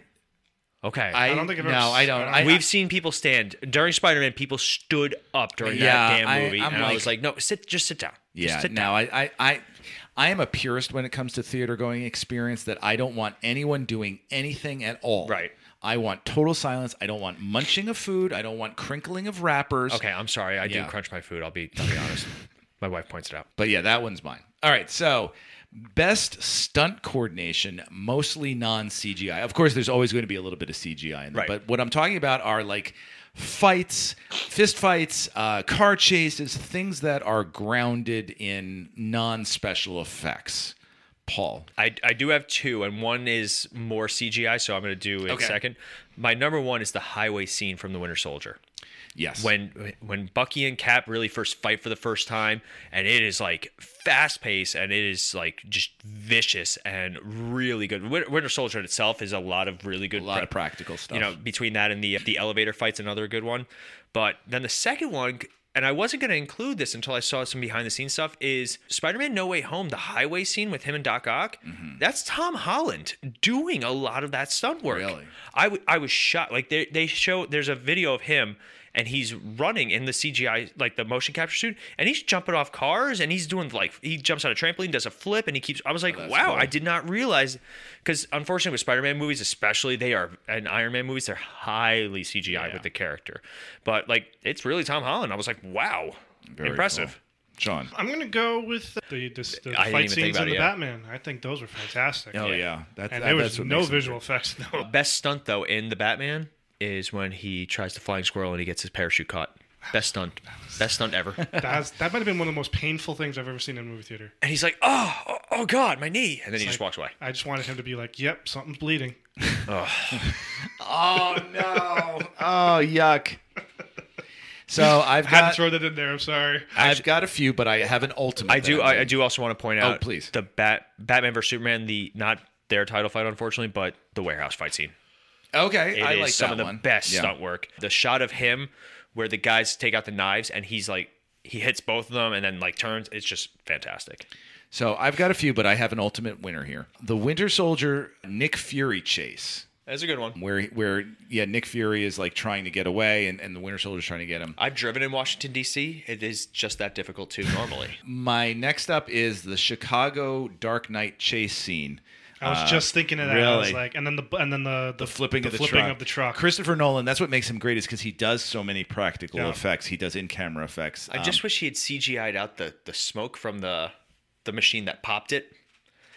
Speaker 3: Okay.
Speaker 4: I,
Speaker 5: don't think I've
Speaker 4: no,
Speaker 5: ever s-
Speaker 4: I don't. I,
Speaker 3: We've seen people stand during Spider-Man. People stood up during
Speaker 4: Yeah,
Speaker 3: that
Speaker 4: I-
Speaker 3: damn movie,
Speaker 4: I'm
Speaker 3: and I
Speaker 4: like-
Speaker 3: was like, "No, sit, just sit down."
Speaker 4: Yeah,
Speaker 3: just sit
Speaker 4: no, I, I, I, I am a purist when it comes to theater going experience. That I don't want anyone doing anything at all.
Speaker 3: Right.
Speaker 4: I want total silence. I don't want munching of food. I don't want crinkling of wrappers.
Speaker 3: Okay, I'm sorry. I
Speaker 4: Yeah.
Speaker 3: do crunch my food. I'll be, I'll be honest. My wife points it out.
Speaker 4: But yeah, that one's mine. All right, so best stunt coordination, mostly non CGI. Of course, there's always going to be a little bit of CGI in there,
Speaker 3: Right.
Speaker 4: but what I'm talking about are like fights, fist fights, uh, car chases, things that are grounded in non special effects. Paul.
Speaker 3: I, I do have two, and one is more CGI, so I'm going to do it
Speaker 4: Okay.
Speaker 3: second. My number one is the highway scene from The Winter Soldier.
Speaker 4: Yes.
Speaker 3: When when Bucky and Cap really first fight for the first time, and it is like fast paced, and it is like just vicious and really good. Win- Winter Soldier in itself is a lot of really good,
Speaker 4: a lot
Speaker 3: pra-
Speaker 4: of practical stuff.
Speaker 3: you know, between that and the the elevator fight's another good one. But then the second one, and I wasn't going to include this until I saw some behind the scenes stuff, is Spider-Man: No Way Home, the highway scene with him and Doc Ock.
Speaker 4: Mm-hmm.
Speaker 3: That's Tom Holland doing a lot of that stunt work.
Speaker 4: Really?
Speaker 3: I w- I was shocked. Like they they show there's a video of him. And he's running in the CGI, like the motion capture suit, and he's jumping off cars, and he's doing like he jumps on a trampoline, does a flip, and he keeps. I was like,
Speaker 4: that's
Speaker 3: wow,
Speaker 4: cool.
Speaker 3: I did not realize because unfortunately with Spider-Man movies, especially they are and Iron Man movies, they're highly CGI with the character. But like it's really Tom Holland. I was like, wow,
Speaker 4: Very
Speaker 3: impressive.
Speaker 4: cool. Sean.
Speaker 5: I'm gonna go with the, this,
Speaker 3: I didn't
Speaker 5: the
Speaker 3: even
Speaker 5: fight
Speaker 3: think
Speaker 5: scenes
Speaker 3: about
Speaker 5: in
Speaker 3: it
Speaker 5: the
Speaker 3: yet.
Speaker 5: Batman. I think those were fantastic.
Speaker 4: Oh, yeah. That-
Speaker 5: and
Speaker 4: that-
Speaker 5: there
Speaker 4: that's
Speaker 5: was
Speaker 4: what
Speaker 5: no
Speaker 4: makes it
Speaker 5: visual effects. No.
Speaker 3: Best stunt though in the Batman is when he tries to flying squirrel and he gets his parachute caught. Best stunt, best stunt ever.
Speaker 5: That's, that might have been one of the most painful things I've ever seen in a movie theater.
Speaker 3: and he's like, oh, oh, oh God, my knee, and then he just walks away.
Speaker 5: I just wanted him to be like, "Yep, something's bleeding."
Speaker 4: Oh no. oh yuck. So I've
Speaker 5: I had
Speaker 4: got
Speaker 5: to throw that in there. I'm sorry.
Speaker 4: I've got a few, but I have an ultimate.
Speaker 3: I
Speaker 4: that
Speaker 3: do.
Speaker 4: I'm
Speaker 3: I, I
Speaker 4: doing.
Speaker 3: do also want to point out.
Speaker 4: please.
Speaker 3: The Bat Batman vs Superman. The not their title fight, unfortunately, but the warehouse fight scene.
Speaker 4: Okay,
Speaker 3: It is
Speaker 4: I like
Speaker 3: some
Speaker 4: that
Speaker 3: of the
Speaker 4: one.
Speaker 3: best
Speaker 4: Yeah.
Speaker 3: stunt work. The shot of him where the guys take out the knives and he's like he hits both of them and then like turns. It's just fantastic.
Speaker 4: So I've got a few, but I have an ultimate winner here: the Winter Soldier Nick Fury chase,
Speaker 3: That's a good one.
Speaker 4: where where yeah, Nick Fury is like trying to get away, and, and the Winter Soldier's trying to get him.
Speaker 3: I've driven in Washington D.C. It is just that difficult too. Normally,
Speaker 4: My next up is the Chicago Dark Knight chase scene.
Speaker 5: I was just thinking of that. I was
Speaker 4: Uh, really?
Speaker 5: like, and then the and then the the,
Speaker 4: flipping,
Speaker 5: the
Speaker 4: of, the
Speaker 5: flipping
Speaker 4: truck.
Speaker 5: of the truck.
Speaker 4: Christopher Nolan, that's what makes him great, is because he does so many practical
Speaker 5: Yeah.
Speaker 4: effects. He does in camera effects.
Speaker 3: I just wish he had CGI'd out the the smoke from the the machine that popped it.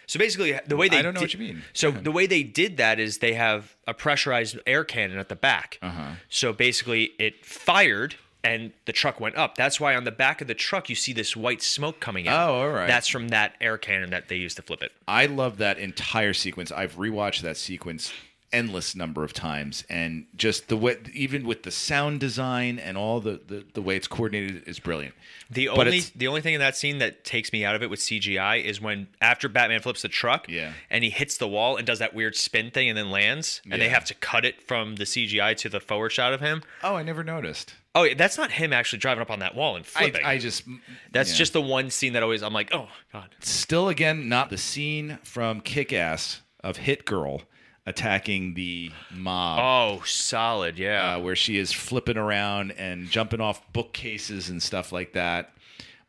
Speaker 3: So basically, the way they
Speaker 4: I don't know
Speaker 3: di-
Speaker 4: what you mean.
Speaker 3: So the way they did that is they have a pressurized air cannon at the back.
Speaker 4: Uh-huh.
Speaker 3: So basically, it fired and the truck went up. That's why on the back of the truck you see this white smoke coming out.
Speaker 4: Oh, all right.
Speaker 3: That's from that air cannon that they used to flip it.
Speaker 4: I love that entire sequence. I've rewatched that sequence endless number of times and just the way even with the sound design and all the the, the way it's coordinated is brilliant.
Speaker 3: The
Speaker 4: But
Speaker 3: only
Speaker 4: it's-
Speaker 3: the only thing in that scene that takes me out of it with CGI is when after Batman flips the truck,
Speaker 4: Yeah.
Speaker 3: and he hits the wall and does that weird spin thing and then lands, and they
Speaker 4: Yeah.
Speaker 3: have to cut it from the CGI to the forward shot of him.
Speaker 4: Oh, I never noticed.
Speaker 3: Oh, that's not him actually driving up on that wall and
Speaker 4: I,
Speaker 3: flipping.
Speaker 4: I just
Speaker 3: that's
Speaker 4: yeah.
Speaker 3: just the one scene that always I'm like, oh god.
Speaker 4: still again not the scene from Kick Ass of Hit Girl attacking the mob.
Speaker 3: Oh, solid, yeah.
Speaker 4: uh, where she is flipping around and jumping off bookcases and stuff like that.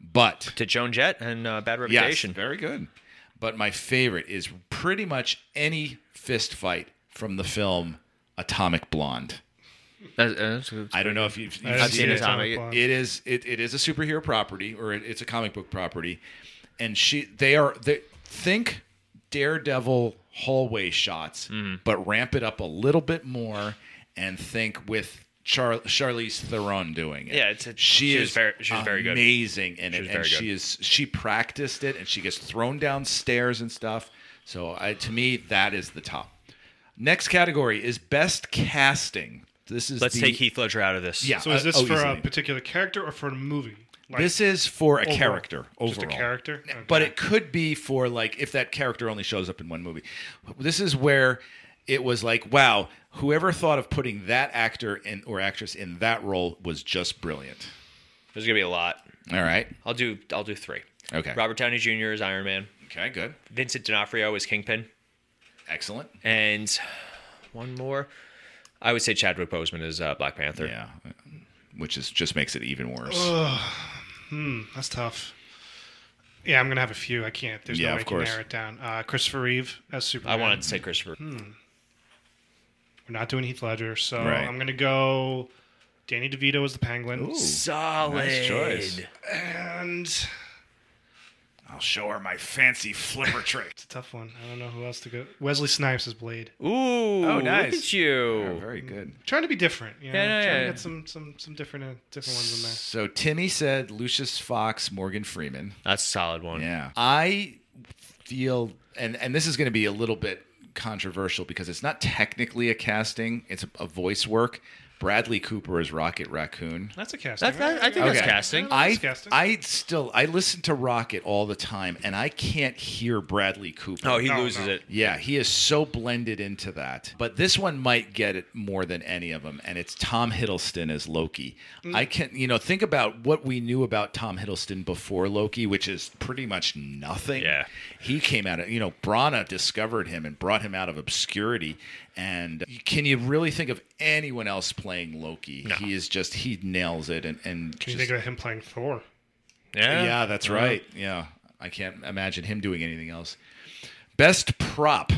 Speaker 4: But
Speaker 3: to Joan Jett and uh, Bad
Speaker 4: Yes,
Speaker 3: Reputation.
Speaker 4: very good. But my favorite is pretty much any fist fight from the film Atomic Blonde. I don't know if you've, you've
Speaker 5: I've
Speaker 3: seen
Speaker 4: it.
Speaker 3: Atomic
Speaker 5: Blonde.
Speaker 4: It is it, it is a superhero property or it, it's a comic book property, and she they are they think Daredevil hallway shots, but ramp it up a little bit more, and think with. Char- Charlize Theron doing it.
Speaker 3: Yeah, it's a-
Speaker 4: she,
Speaker 3: she was
Speaker 4: is
Speaker 3: very- she was very good.
Speaker 4: amazing in it,
Speaker 3: was
Speaker 4: and
Speaker 3: very good.
Speaker 4: she is she practiced it, and she gets thrown downstairs and stuff. So I, to me, that is the top. Next category is best casting. This is
Speaker 3: Let's
Speaker 4: the,
Speaker 3: take Heath Ledger out of this.
Speaker 4: Yeah.
Speaker 5: So is
Speaker 4: uh,
Speaker 5: this
Speaker 4: oh,
Speaker 5: for
Speaker 4: easily.
Speaker 5: a particular character or for a movie? Like,
Speaker 4: This is for a
Speaker 5: overall?
Speaker 4: character overall.
Speaker 5: Just a character.
Speaker 4: But
Speaker 5: Okay.
Speaker 4: it could be for like if that character only shows up in one movie. This is where it was like, wow, whoever thought of putting that actor in or actress in that role was just brilliant.
Speaker 3: There's gonna be a lot.
Speaker 4: All right.
Speaker 3: I'll do I'll do three.
Speaker 4: Okay.
Speaker 3: Robert Downey Jr. is Iron Man.
Speaker 4: Okay, good.
Speaker 3: Vincent D'Onofrio is Kingpin.
Speaker 4: Excellent.
Speaker 3: And one more. I would say Chadwick Boseman is uh, Black Panther.
Speaker 4: Yeah, which is just makes it even worse.
Speaker 5: That's tough. Yeah, I'm gonna have a few. I can't. There's
Speaker 4: Yeah,
Speaker 5: no
Speaker 4: of
Speaker 5: way I can
Speaker 4: course.
Speaker 5: narrow it down. Uh, Christopher Reeve as Superman.
Speaker 3: I wanted to
Speaker 4: Mm.
Speaker 3: say Christopher.
Speaker 4: Hmm.
Speaker 5: We're not doing Heath Ledger, so
Speaker 4: Right.
Speaker 5: I'm gonna go. Danny DeVito as the Penguin,
Speaker 3: Solid.
Speaker 4: Nice choice.
Speaker 5: and it's
Speaker 4: I'll show her my fancy flipper trick.
Speaker 5: a tough one. I don't know who else to go. Wesley Snipes as Blade.
Speaker 3: Ooh. Oh,
Speaker 4: nice.
Speaker 3: Look at you.
Speaker 4: very good.
Speaker 5: Trying to be different. You know?
Speaker 3: Yeah, yeah,
Speaker 5: Trying
Speaker 3: yeah.
Speaker 5: to get some some some different uh, different ones in there.
Speaker 4: So Timmy said Lucius Fox, Morgan Freeman.
Speaker 3: That's a solid one.
Speaker 4: Yeah. I feel and and this is going to be a little bit controversial because it's not technically a casting, it's a, a voice work. Bradley Cooper is Rocket Raccoon.
Speaker 5: That's a casting.
Speaker 3: That's,
Speaker 5: right?
Speaker 3: I, I think that's casting.
Speaker 4: I,
Speaker 5: That's casting.
Speaker 4: I still I listen to Rocket all the time and I can't hear Bradley Cooper.
Speaker 3: Oh, he
Speaker 5: No,
Speaker 3: loses
Speaker 5: no.
Speaker 3: it.
Speaker 4: Yeah, he is so blended into that. But this one might get it more than any of them, and it's Tom Hiddleston as Loki. I can, you know, think about what we knew about Tom Hiddleston before Loki, which is pretty much nothing.
Speaker 3: Yeah.
Speaker 4: he came out of, you know, Brana discovered him and brought him out of obscurity. And can you really think of anyone else playing Loki? He is just he nails it, and and
Speaker 5: Can you
Speaker 4: just-
Speaker 5: think of him playing Thor?
Speaker 3: Yeah.
Speaker 4: yeah, that's right. Yeah, I can't imagine him doing anything else. Best prop.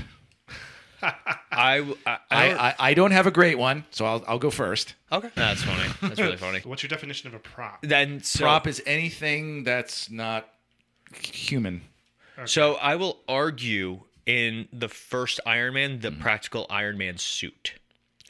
Speaker 3: I, I,
Speaker 4: I,
Speaker 3: I-
Speaker 4: I, I don't have a great one, so I'll, I'll go first.
Speaker 3: okay. That's funny. That's really funny.
Speaker 5: What's your definition of a prop?
Speaker 3: Then so,
Speaker 4: Prop is anything that's not human.
Speaker 3: so I will argue in the first Iron Man,
Speaker 4: Mm-hmm.
Speaker 3: the practical Iron Man suit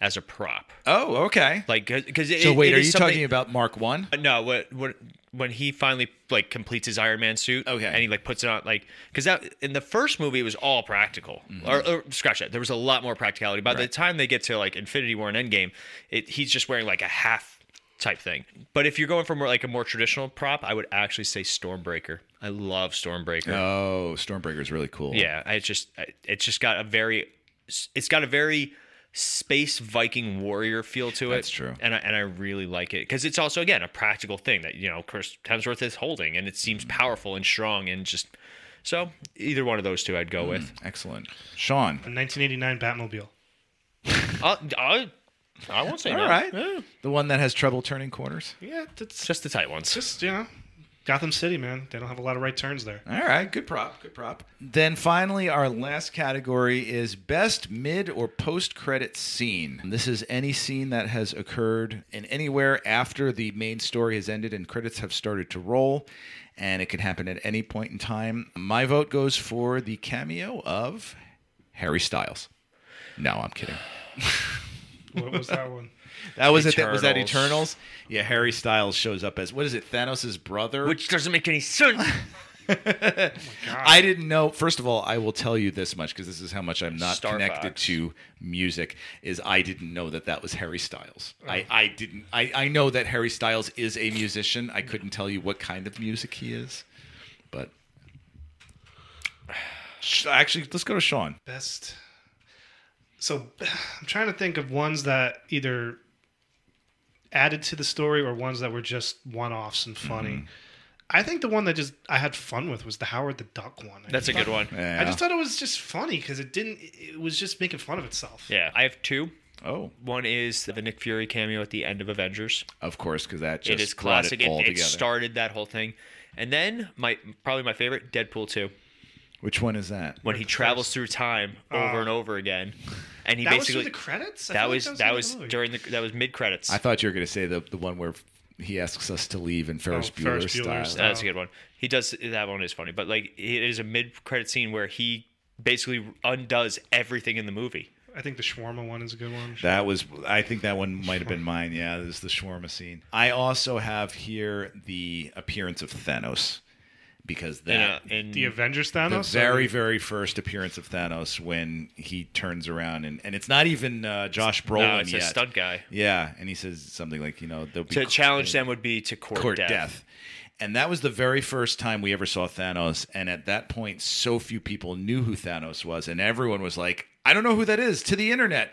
Speaker 3: as a prop.
Speaker 4: Oh, okay.
Speaker 3: Like, because
Speaker 4: So wait, are you talking about Mark One?
Speaker 3: Uh, No, what what when he finally like completes his Iron Man suit,
Speaker 4: Okay.
Speaker 3: and he like puts it on like because that in the first movie it was all practical or, or scratch that there was a lot more practicality. By the time they get to like Infinity War and Endgame, it he's just wearing like a half type thing. But if you're going for more like a more traditional prop, I would actually say Stormbreaker. I love Stormbreaker.
Speaker 4: Oh, Stormbreaker is really cool.
Speaker 3: Yeah, I just I- it's just got a very it's got a very space Viking warrior feel to it.
Speaker 4: That's true.
Speaker 3: and I, and I really like it because it's also again a practical thing that you know Chris Hemsworth is holding, and it seems powerful and strong and just so either one of those two I'd go with.
Speaker 4: excellent. Sean.
Speaker 5: A 1989 Batmobile.
Speaker 3: I'll, I'll, I won't say
Speaker 4: All
Speaker 3: no.
Speaker 4: right.
Speaker 3: Yeah.
Speaker 4: The one that has trouble turning corners.
Speaker 5: Yeah, that's
Speaker 3: just the tight ones.
Speaker 5: just you know, Gotham City, man. They don't have a lot of right turns there.
Speaker 4: All right, good prop, good prop. Then finally, our last category is best mid or post credit scene. This is any scene that has occurred in anywhere after the main story has ended and credits have started to roll, and it can happen at any point in time. My vote goes for the cameo of Harry Styles. No, I'm kidding.
Speaker 5: What was that one?
Speaker 4: That was it. That was that
Speaker 3: Eternals.
Speaker 4: Eternals. Yeah, Harry Styles shows up as what is it? Thanos' brother.
Speaker 3: Which doesn't make any sense.
Speaker 4: I didn't know. First of all, I will tell you this much because this is how much I'm not
Speaker 3: Star
Speaker 4: connected
Speaker 3: Fox.
Speaker 4: to music. Is I didn't know that that was Harry Styles. I, I didn't. I, I know that Harry Styles is a musician. I couldn't tell you what kind of music he is, but Sh- actually, let's go to Sean.
Speaker 5: Best. So I'm trying to think of ones that either added to the story or ones that were just one-offs and funny.
Speaker 4: Mm-hmm.
Speaker 5: I think the one that just I had fun with was the Howard the Duck one. I
Speaker 3: That's a
Speaker 5: just
Speaker 3: good
Speaker 5: thought-
Speaker 3: one.
Speaker 4: Yeah.
Speaker 5: I just thought it was just funny because it didn't. It was just making fun of itself.
Speaker 3: Yeah, I have two.
Speaker 4: oh,
Speaker 3: One is the Nick Fury cameo at the end of Avengers.
Speaker 4: of course, because that
Speaker 3: it
Speaker 4: just
Speaker 3: is
Speaker 4: brought
Speaker 3: classic.
Speaker 4: It,
Speaker 3: It,
Speaker 4: all
Speaker 3: it
Speaker 4: together.
Speaker 3: started that whole thing, and then my probably my favorite Deadpool two
Speaker 4: Which one is that?
Speaker 3: when he travels through time over and over again, and he
Speaker 5: Ah. That was through
Speaker 3: basically
Speaker 5: the credits. I
Speaker 3: that
Speaker 5: feel like
Speaker 3: was that
Speaker 5: the
Speaker 3: was
Speaker 5: movie.
Speaker 3: during the that was mid credits.
Speaker 4: I thought you were going to say the the one where he asks us to leave and Ferris,
Speaker 5: Oh, Ferris
Speaker 4: Bueller,
Speaker 5: Bueller
Speaker 4: style.
Speaker 5: style.
Speaker 3: That's a good one. He does that one is funny, but like it is a mid credit scene where he basically undoes everything in the movie.
Speaker 5: I think the shawarma one is a good one.
Speaker 4: That was, I think that one might have been mine. Yeah, this is the shawarma scene. I also have here the appearance of Thanos because
Speaker 3: In
Speaker 4: that.
Speaker 3: a- in-
Speaker 5: The Avengers
Speaker 4: The
Speaker 5: Thanos.
Speaker 4: very, very first appearance of Thanos when he turns around and, and it's not even uh, Josh Brolin
Speaker 3: no, it's
Speaker 4: yet.
Speaker 3: a stunt guy.
Speaker 4: Yeah, and he says something like, you know, they'll be
Speaker 3: To
Speaker 4: cr-
Speaker 3: challenge them would be to court,
Speaker 4: court
Speaker 3: death.
Speaker 4: death. And that was the very first time we ever saw Thanos. And at that point, so few people knew who Thanos was. And everyone was like, I don't know who that is to the internet.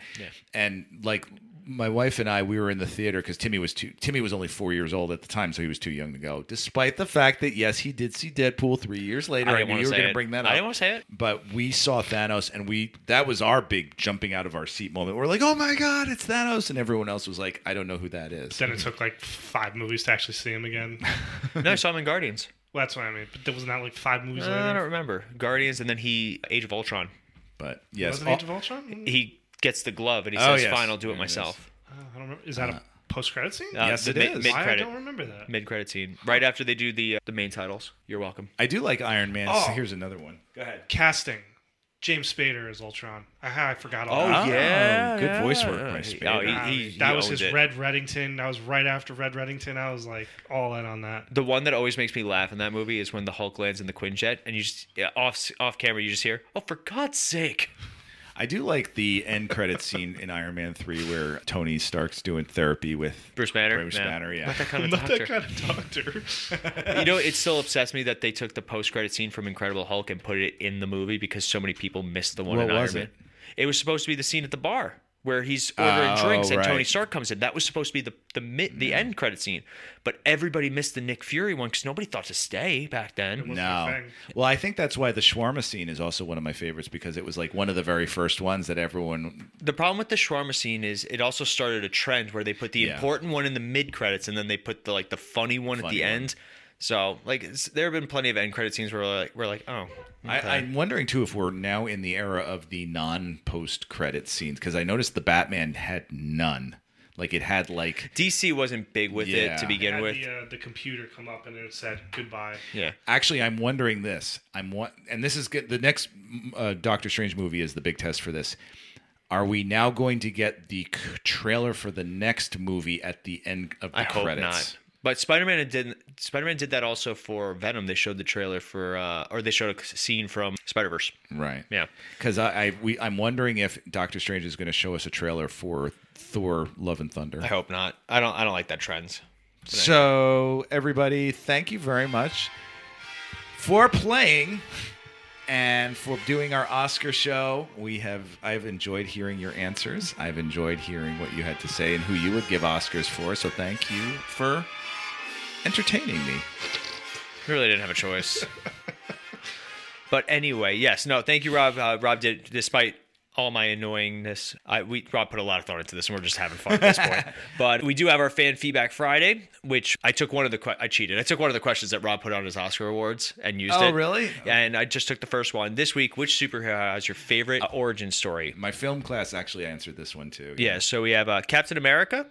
Speaker 4: And like my wife and I we were in the theater because Timmy was too Timmy was only four years old at the time, so he was too young to go. Despite the fact that yes, he did see Deadpool three years later.
Speaker 3: I
Speaker 4: I,
Speaker 3: didn't
Speaker 4: knew
Speaker 3: want
Speaker 4: you
Speaker 3: to
Speaker 4: were
Speaker 3: say
Speaker 4: going
Speaker 3: it.
Speaker 4: to bring that
Speaker 3: I
Speaker 4: up.
Speaker 3: didn't wanna say it.
Speaker 4: but we saw Thanos, and we that was our big jumping out of our seat moment. We're like, oh my god, it's Thanos, and everyone else was like, I don't know who that is.
Speaker 5: Then it took like five movies to actually see him again.
Speaker 3: No, I saw him in Guardians.
Speaker 5: Well, that's what I mean. But there was not like five movies
Speaker 3: Uh, I don't
Speaker 5: later.
Speaker 3: remember Guardians, and then he Age of Ultron.
Speaker 4: But yes,
Speaker 5: was it
Speaker 4: all-
Speaker 5: Age of Ultron?
Speaker 3: He gets the glove and he
Speaker 4: Oh,
Speaker 3: says,
Speaker 4: yes.
Speaker 3: "Fine, I'll do it
Speaker 4: There it is.
Speaker 3: myself."
Speaker 5: Uh, I don't remember. Is that a post-credit scene?
Speaker 3: Uh,
Speaker 4: Yes,
Speaker 3: the
Speaker 4: it
Speaker 3: mi-
Speaker 4: is.
Speaker 5: Why I
Speaker 3: Mid-credit,
Speaker 5: don't remember that.
Speaker 3: mid-credit scene, right after they do the uh, the main titles. You're welcome.
Speaker 4: I do like Iron Man. so
Speaker 5: Oh.
Speaker 4: here's another one. Go ahead.
Speaker 5: Casting. James Spader as Ultron. Ah, I forgot all
Speaker 3: Oh,
Speaker 5: that.
Speaker 3: yeah,
Speaker 4: good
Speaker 3: yeah.
Speaker 4: voice work by
Speaker 3: Oh,
Speaker 4: Spader.
Speaker 5: I
Speaker 3: he-
Speaker 5: mean,
Speaker 3: he
Speaker 5: that was
Speaker 3: owned
Speaker 5: his
Speaker 3: it.
Speaker 5: Red Reddington. That was right after Red Reddington. I was like all in on that.
Speaker 3: The one that always makes me laugh in that movie is when the Hulk lands in the Quinjet, and you just yeah, off off camera, you just hear, "Oh, for God's sake!"
Speaker 4: I do like the end credit scene in Iron Man 3 where Tony Stark's doing therapy with
Speaker 3: Bruce Banner.
Speaker 4: Bruce
Speaker 3: Nah.
Speaker 4: Banner, yeah.
Speaker 3: Not that kind of
Speaker 5: Not
Speaker 3: doctor.
Speaker 5: that kind of doctor.
Speaker 3: you know, it still upsets me that they took the post-credit scene from Incredible Hulk and put it in the movie because so many people missed the one
Speaker 4: What
Speaker 3: in Iron
Speaker 4: was
Speaker 3: Man.
Speaker 4: it?
Speaker 3: It was supposed to be the scene at the bar where he's ordering
Speaker 4: Oh,
Speaker 3: drinks and Tony
Speaker 4: right. Mm.
Speaker 3: Stark comes in. That was supposed to be the the mi- the end credit scene, but everybody missed the Nick Fury one because nobody thought to stay back then.
Speaker 5: wasn't a
Speaker 4: No.
Speaker 5: thing.
Speaker 4: Well, I think that's why the shawarma scene is also one of my favorites because it was like one of the very first ones that everyone.
Speaker 3: The problem with the shawarma scene is it also started a trend where they put the
Speaker 4: Yeah.
Speaker 3: important one in the mid credits and then they put the like the funny one at
Speaker 4: Funny
Speaker 3: the
Speaker 4: one.
Speaker 3: end. So like it's- there have been plenty of end credit scenes where we're like we're like oh okay.
Speaker 4: I, I'm wondering too if we're now in the era of the non post credit scenes because I noticed the Batman had none. Like it had like
Speaker 3: DC wasn't big with it to
Speaker 4: Yeah.
Speaker 3: begin
Speaker 5: Had
Speaker 3: with.
Speaker 5: the, uh, the computer come up and it said goodbye.
Speaker 3: Yeah.
Speaker 4: Actually, I'm wondering this. I'm what, and this is good. The next mm, uh, Doctor Strange movie is the big test for this. Are we now going to get the k- trailer for the next movie at the end of the
Speaker 3: I hope
Speaker 4: credits?
Speaker 3: not. But Spider Man did Spider Man did that also for Venom. They showed the trailer for uh, or they showed a scene from Spider Verse.
Speaker 4: Right.
Speaker 3: Yeah.
Speaker 4: Because I, I we, I'm wondering if Doctor Strange is going to show us a trailer for Thor: Love and Thunder.
Speaker 3: I hope not. I don't I don't like that trend.
Speaker 4: So everybody, thank you very much for playing and for doing our Oscar show. We have I've enjoyed hearing your answers. I've enjoyed hearing what you had to say and who you would give Oscars for. So thank you for entertaining me.
Speaker 3: We really didn't have a choice. but anyway, yes, no, thank you, Rob. Uh, Rob did, despite all my annoyingness, I, we Rob put a lot of thought into this, and we're just having fun at this point. But we do have our fan feedback Friday, which I took one of the que- I cheated. I took one of the questions that Rob put on his Oscar awards and used
Speaker 4: Oh,
Speaker 3: it.
Speaker 4: really?
Speaker 3: And I just took the first one this week. Which superhero has your favorite uh, origin story?
Speaker 4: My film class actually answered this one too.
Speaker 3: Yeah, so we have uh, Captain America,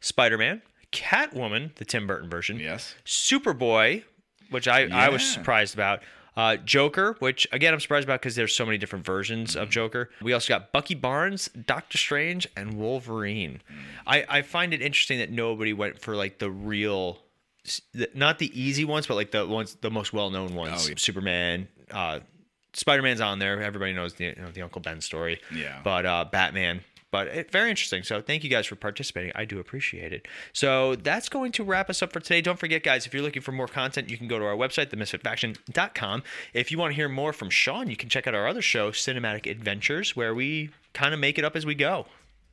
Speaker 3: Spider Man, Catwoman, the Tim Burton version.
Speaker 4: Yes.
Speaker 3: Superboy, which I, I was
Speaker 4: Yeah.
Speaker 3: surprised about. Uh, Joker, which again I'm surprised about because there's so many different versions
Speaker 4: Mm-hmm.
Speaker 3: of Joker. We also got Bucky Barnes, Doctor Strange, and Wolverine.
Speaker 4: Mm.
Speaker 3: I, I find it interesting that nobody went for like the real, s- the- not the easy ones, but like the ones the most well known ones.
Speaker 4: Oh, yeah.
Speaker 3: Superman, uh, Spider Man's on there. Everybody knows the you know, the Uncle Ben story.
Speaker 4: Yeah.
Speaker 3: But uh, Batman. But it, very interesting. So thank you guys for participating. I do appreciate it. So that's going to wrap us up for today. Don't forget, guys, if you're looking for more content, you can go to our website, themisfitfaction.com. If you want to hear more from Sean, you can check out our other show, Cinematic Adventures, where we kind of make it up as we go,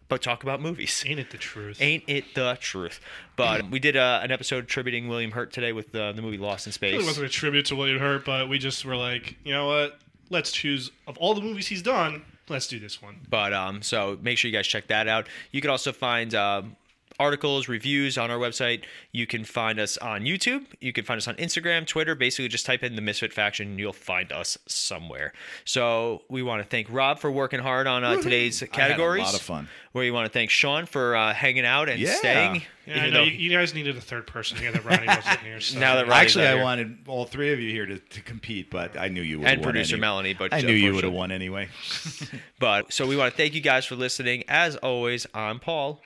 Speaker 3: but talk about movies.
Speaker 5: Ain't it the truth?
Speaker 3: Ain't it the truth? But we did uh, an episode attributing William Hurt today with uh, the movie Lost in Space.
Speaker 5: It really wasn't a tribute to William Hurt, but we just were like, you know what? Let's choose of all the movies he's done. Let's do this one.
Speaker 3: But um, so make sure you guys check that out. You can also find um, articles, reviews on our website. You can find us on YouTube. You can find us on Instagram, Twitter. Basically, just type in the Misfit Faction, and you'll find us somewhere. So we want to thank Rob for working hard on uh, today's categories.
Speaker 4: lot of fun.
Speaker 3: We want to thank Sean for uh, hanging out and
Speaker 4: Yeah.
Speaker 3: staying.
Speaker 5: Yeah,
Speaker 3: even
Speaker 5: I know
Speaker 3: though-
Speaker 5: you, you guys needed a third person here that Ronnie wasn't here. So.
Speaker 3: Now that Ronnie's
Speaker 4: Actually,
Speaker 3: not
Speaker 4: I
Speaker 3: here.
Speaker 4: wanted all three of you here to, to compete, but I knew you would.
Speaker 3: And producer Melanie, but
Speaker 4: I knew you
Speaker 3: unfortunately-
Speaker 4: would have won anyway.
Speaker 3: But so we want to thank you guys for listening. As always, I'm Paul,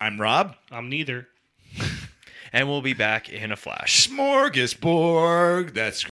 Speaker 4: I'm Rob.
Speaker 5: I'm neither.
Speaker 3: and we'll be back in a flash.
Speaker 4: Smorgasbord. That's